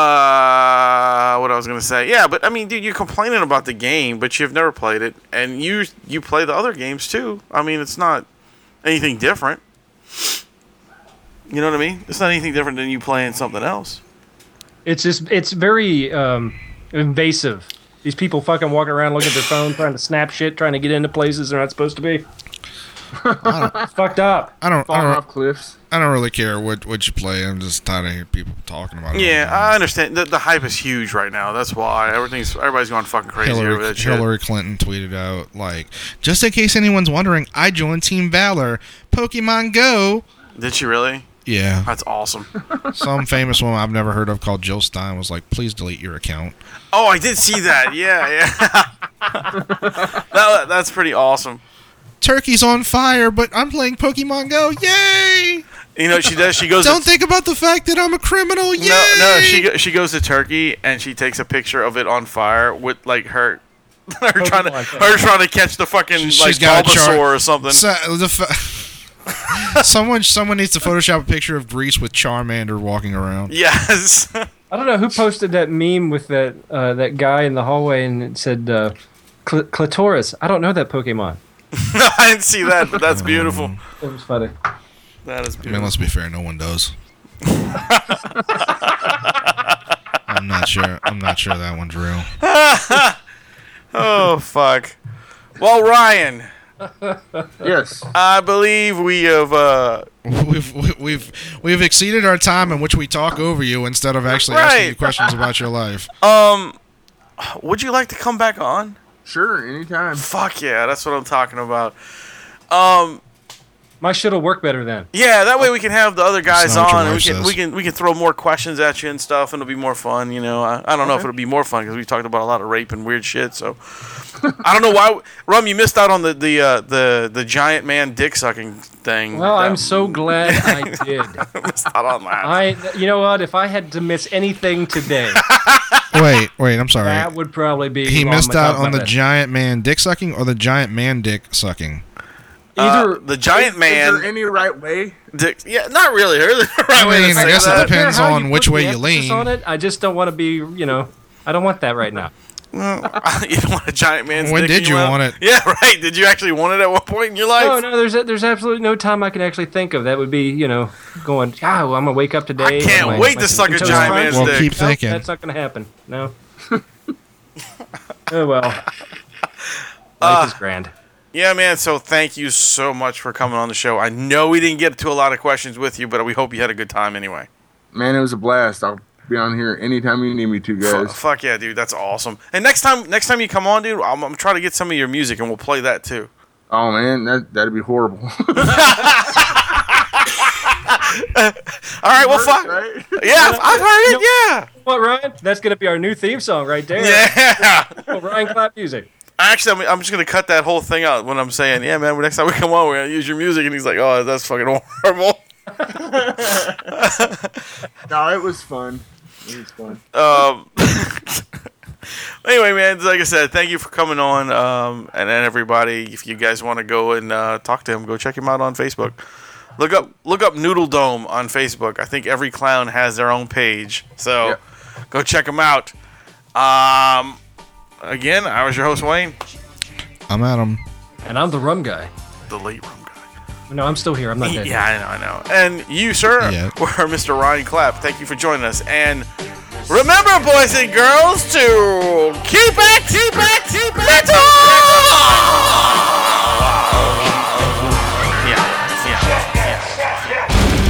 Uh, what I was gonna say? Yeah, but I mean, dude, you're complaining about the game, but you've never played it, and you you play the other games too. I mean, it's not anything different. You know what I mean? It's not anything different than you playing something else.
It's just it's very um, invasive. These people fucking walking around looking at their phone, trying to snap shit, trying to get into places they're not supposed to be. [LAUGHS] Fucked up.
I don't. I
Falling
don't.
off cliffs.
I don't really care what what you play. I'm just tired of hearing people talking about it.
Yeah, I understand. The, the hype is huge right now. That's why everything's everybody's going fucking crazy over
Hillary,
that shit.
Hillary Clinton tweeted out like, just in case anyone's wondering, I joined Team Valor, Pokemon Go.
Did she really? [LAUGHS]
Yeah,
That's awesome.
some famous woman I've never heard of called Jill Stein was like, please delete your account.
Oh, I did see that. Yeah, yeah. [LAUGHS] that, that's pretty awesome.
turkey's on fire, but I'm playing Pokemon Go. Yay!
You know, she does. She goes.
Don't
to,
think about the fact that I'm a criminal. Yay!
no, no. She go- she goes to Turkey and she takes a picture of it on fire with like her. [LAUGHS] her trying to
like that.
her trying to catch the fucking
She's
like
got a
Bulbasaur
chart.
or something.
So, the fa- [LAUGHS] someone someone needs to Photoshop a picture of Greece with Charmander walking around.
yes. [LAUGHS]
I don't know who posted that meme with that uh, that guy in the hallway and it said uh, cl- clitoris. I don't know that Pokemon.
no, I didn't see that, but that's beautiful.
It was funny.
That is
I mean,
beautiful.
let's be fair, no one
[LAUGHS]
does. I'm not sure. I'm not sure that one's real.
Oh fuck. Well, Ryan,
Uh,
Yes.
I believe we have. uh
We've we- we've we've exceeded our time in which we talk over you instead of actually asking
Right.
you questions about
[LAUGHS]
your life.
Um, would you like to come back on?
Sure. Anytime.
Fuck yeah, that's what I'm talking about.
My shit'll work better then.
Yeah, that way we can have the other guys
not what your
on, and we
wife
can
says.
we can we can throw more questions at you and stuff, and it'll be more fun. You know, I, I don't know if it'll be more fun because we talked about a lot of rape and weird shit. So I don't know why, Rum, you missed out on the the uh, the the giant man dick sucking thing.
Well,
That-
I'm so glad I did.
[LAUGHS] missed out on that.
I, you know what? If I had to miss anything today,
Wait, wait. I'm sorry.
that would probably be.
he
on
missed
my top
out
of my
on the
list.
giant man dick sucking or the giant man dick sucking.
Either
Uh, the giant man
Is there any right way?
dick. Yeah, not really. [LAUGHS] There's the right
I
way to
mean, I
say
guess it
that.
depends.
care how
on which
put
way
the
you
emphasis
lean.
On it, I just don't want to be. You know, I don't want that right now.
[LAUGHS] you don't want a giant man's
When
dick
did
in
you
your
want
mouth?
it?
Yeah, [LAUGHS] right. Did you actually want it at one point in your life?
No, no, there's there's absolutely no time I can actually think of that would be. You know, going. Ah, well, I'm gonna wake up today.
I can't
and my-
wait
my
to suck a
toes
giant
crunched.
man's
Well,
dick.
keep
Nope,
thinking.
that's not gonna happen. No. [LAUGHS] oh well. Life
Uh.
is grand.
Yeah, man. So thank you so much for coming on the show. I know we didn't get to a lot of questions with you, but we hope you had a good time anyway.
Man, it was a blast. I'll be on here anytime you need me to,
Fu-
guys.
fuck yeah, dude. That's awesome. And next time, next time you come on, dude, I'm, I'm trying to get some of your music, and we'll play that too.
[LAUGHS] Oh man, that that'd be horrible.
All right, well, fuck.
Right?
Yeah, I've heard it. Yeah.
What, Ryan? That's going to be our new theme song right there.
Yeah. [LAUGHS]
Oh, Ryan Clap music.
Actually, I'm, I'm just gonna cut that whole thing out when I'm saying, "Yeah, man, next time we come on, we're gonna use your music." And he's like, "Oh, that's fucking [LAUGHS] horrible."
no, it was fun. It was fun.
Um, [LAUGHS] anyway, man, like I said, thank you for coming on, um, and then everybody, if you guys want to go and uh, talk to him, go check him out on Facebook. Look up, look up Noodle Dome on Facebook. I think every clown has their own page, so
Yeah.
go check him out. Um, again, I was your host Wayne,
I'm Adam.
And I'm the rum guy.
the late room guy.
No, I'm still here. I'm not dead.
Yeah, I know, I know. And you, sir,
Yeah.
[LAUGHS] were Mr. Ryan Clapp. Thank you for joining us. And remember, boys and girls, to keep it, keep it, keep it. Yeah, yeah, yeah.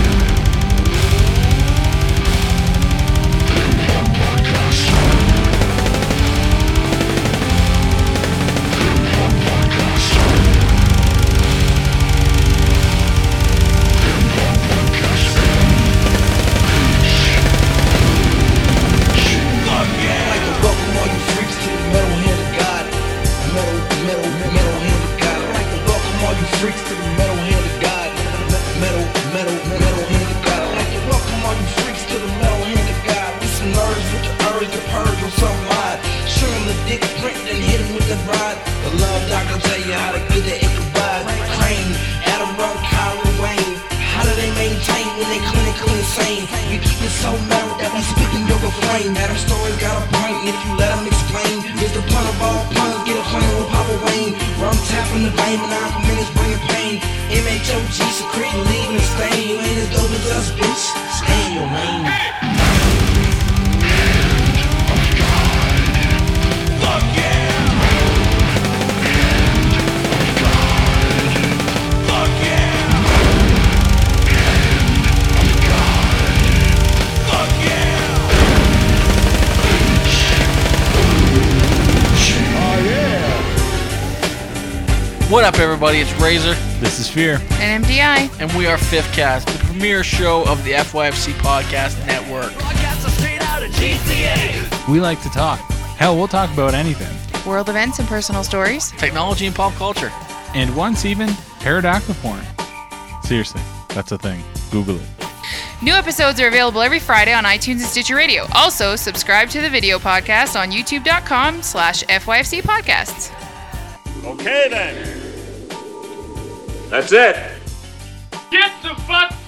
I'd like to welcome all you freaks to the metal hand of God. Metal, metal, metal hand of God. I'd like to welcome all you freaks to the metal hand of God. Metal, metal, metal hand of God. I'd like to welcome all you freaks to the metal hand of God. With some nerves with the urge to purge on some mind. Show 'em the dick print and hit 'em with the rod. The love doctor tell you how to get the Ichabod. Crane, Adam Rowe, Kyron Wayne. How do they maintain when they clinically insane? You keep it so mellow that we speaking your refrain. Adam Story got a point, and if you let him explain, it's the pun of all puns. Get a plan with Papa Wayne. Rum tapping the vein, and I'm minutes bringing pain. MHOG secreting, leaving a stain. You ain't as dope as us, bitch. Stay in your lane.
What up, everybody? It's Razor,
This is Fear.
and MDI.
and we are Fifth Cast, the premier show of the FYFC Podcast Network.
We like to talk. Hell, we'll talk about anything.
World events and personal stories.
Technology and pop culture.
And once even, pterodactyl porn. Seriously, that's a thing. Google it.
New episodes are available every Friday on iTunes and Stitcher Radio. Also, subscribe to the video podcast on youtube.com slash FYFC podcasts.
Okay then. That's it. Get the fuck